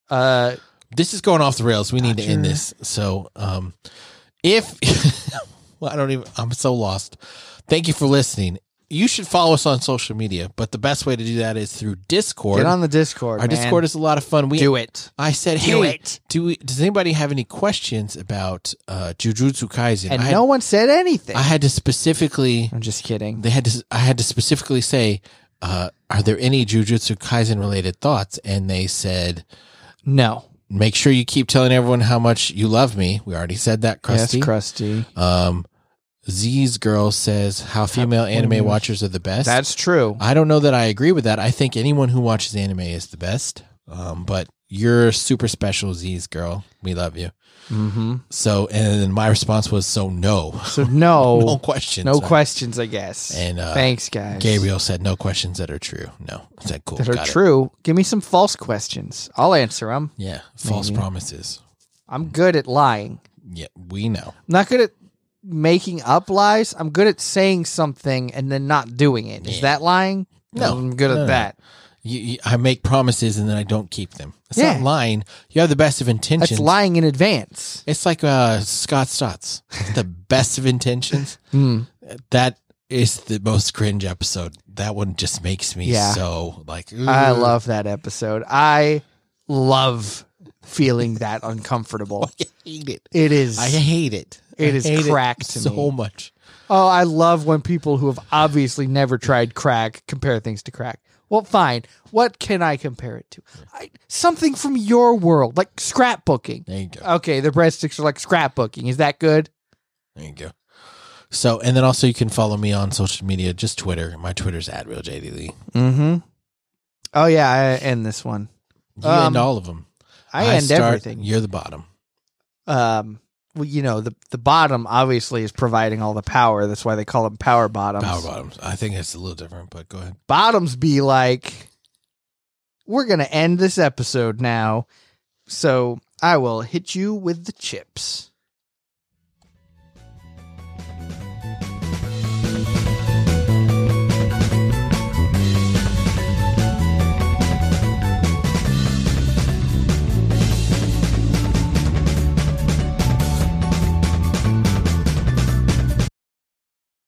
[SPEAKER 2] Uh,
[SPEAKER 1] This is going off the rails. We need to end
[SPEAKER 2] Dodger.
[SPEAKER 1] this. So, um, if well, I don't even, I'm so lost. Thank you for listening. You should follow us on social media, but the best way to do that is through Discord.
[SPEAKER 2] get on the Discord.
[SPEAKER 1] Our
[SPEAKER 2] man.
[SPEAKER 1] Discord is a lot of fun. We
[SPEAKER 2] do it.
[SPEAKER 1] I said,
[SPEAKER 2] Do
[SPEAKER 1] hey,
[SPEAKER 2] it.
[SPEAKER 1] do we, does anybody have any questions about uh, Jujutsu Kaisen?
[SPEAKER 2] and
[SPEAKER 1] I had,
[SPEAKER 2] no one said anything.
[SPEAKER 1] I had to specifically
[SPEAKER 2] I'm just kidding.
[SPEAKER 1] they had to I had to specifically say uh, "Are there any Jujutsu Kaisen related thoughts?" And they said,
[SPEAKER 2] No.
[SPEAKER 1] "Make sure you keep telling everyone how much you love me." We already said that, Krusty.
[SPEAKER 2] Yes, crusty.
[SPEAKER 1] um, Z's girl says how female anime watchers are the best.
[SPEAKER 2] That's true.
[SPEAKER 1] I don't know that I agree with that. I think anyone who watches anime is the best. Um, but you're super special, Z's girl. We love you.
[SPEAKER 2] Mm-hmm.
[SPEAKER 1] So, and then my response was, so no,
[SPEAKER 2] So no,
[SPEAKER 1] no
[SPEAKER 2] no,
[SPEAKER 1] questions,
[SPEAKER 2] questions. I guess.
[SPEAKER 1] And uh,
[SPEAKER 2] Thanks, guys.
[SPEAKER 1] Gabriel said, no questions that are true. No, I said cool.
[SPEAKER 2] that are
[SPEAKER 1] got it.
[SPEAKER 2] true. Give me some false questions. I'll answer them.
[SPEAKER 1] Yeah, false
[SPEAKER 2] Maybe.
[SPEAKER 1] promises.
[SPEAKER 2] I'm good at lying.
[SPEAKER 1] Yeah, we know.
[SPEAKER 2] I'm not good at making up lies. I'm good at saying something and then not doing it. Is
[SPEAKER 1] Yeah.
[SPEAKER 2] that lying?
[SPEAKER 1] No.
[SPEAKER 2] I'm good
[SPEAKER 1] No,
[SPEAKER 2] at
[SPEAKER 1] no, no.
[SPEAKER 2] that.
[SPEAKER 1] You, you, I make promises and then I don't keep them. It's
[SPEAKER 2] Yeah.
[SPEAKER 1] not lying. You have the best of intentions.
[SPEAKER 2] That's lying in advance.
[SPEAKER 1] It's like uh, Scott Stotts, the best of intentions.
[SPEAKER 2] Hmm.
[SPEAKER 1] That is the most cringe episode. That one just makes me
[SPEAKER 2] Yeah.
[SPEAKER 1] so like.
[SPEAKER 2] I
[SPEAKER 1] ugh.
[SPEAKER 2] love that episode. I love feeling that uncomfortable.
[SPEAKER 1] I hate it.
[SPEAKER 2] It is.
[SPEAKER 1] I hate it.
[SPEAKER 2] It
[SPEAKER 1] I
[SPEAKER 2] is
[SPEAKER 1] hate
[SPEAKER 2] crack to
[SPEAKER 1] so
[SPEAKER 2] me.
[SPEAKER 1] much.
[SPEAKER 2] Oh, I love when people who have obviously never tried crack compare things to crack. Well, fine. What can I compare it to? I, something from your world, like scrapbooking.
[SPEAKER 1] There you go.
[SPEAKER 2] Okay, the breadsticks are like scrapbooking. Is that good?
[SPEAKER 1] There you go. So, and then also you can follow me on social media, just Twitter. My Twitter's at real JD Lee.
[SPEAKER 2] Mm-hmm. Oh yeah, I end this one.
[SPEAKER 1] You
[SPEAKER 2] Um,
[SPEAKER 1] end all of them.
[SPEAKER 2] I, end
[SPEAKER 1] start,
[SPEAKER 2] everything.
[SPEAKER 1] You're the bottom.
[SPEAKER 2] Um, well, you know the the bottom obviously is providing all the power. That's why they call them power bottoms.
[SPEAKER 1] Power bottoms. I think it's a little different, but go ahead.
[SPEAKER 2] bottoms be like we're gonna end this episode now so i will hit you with the chips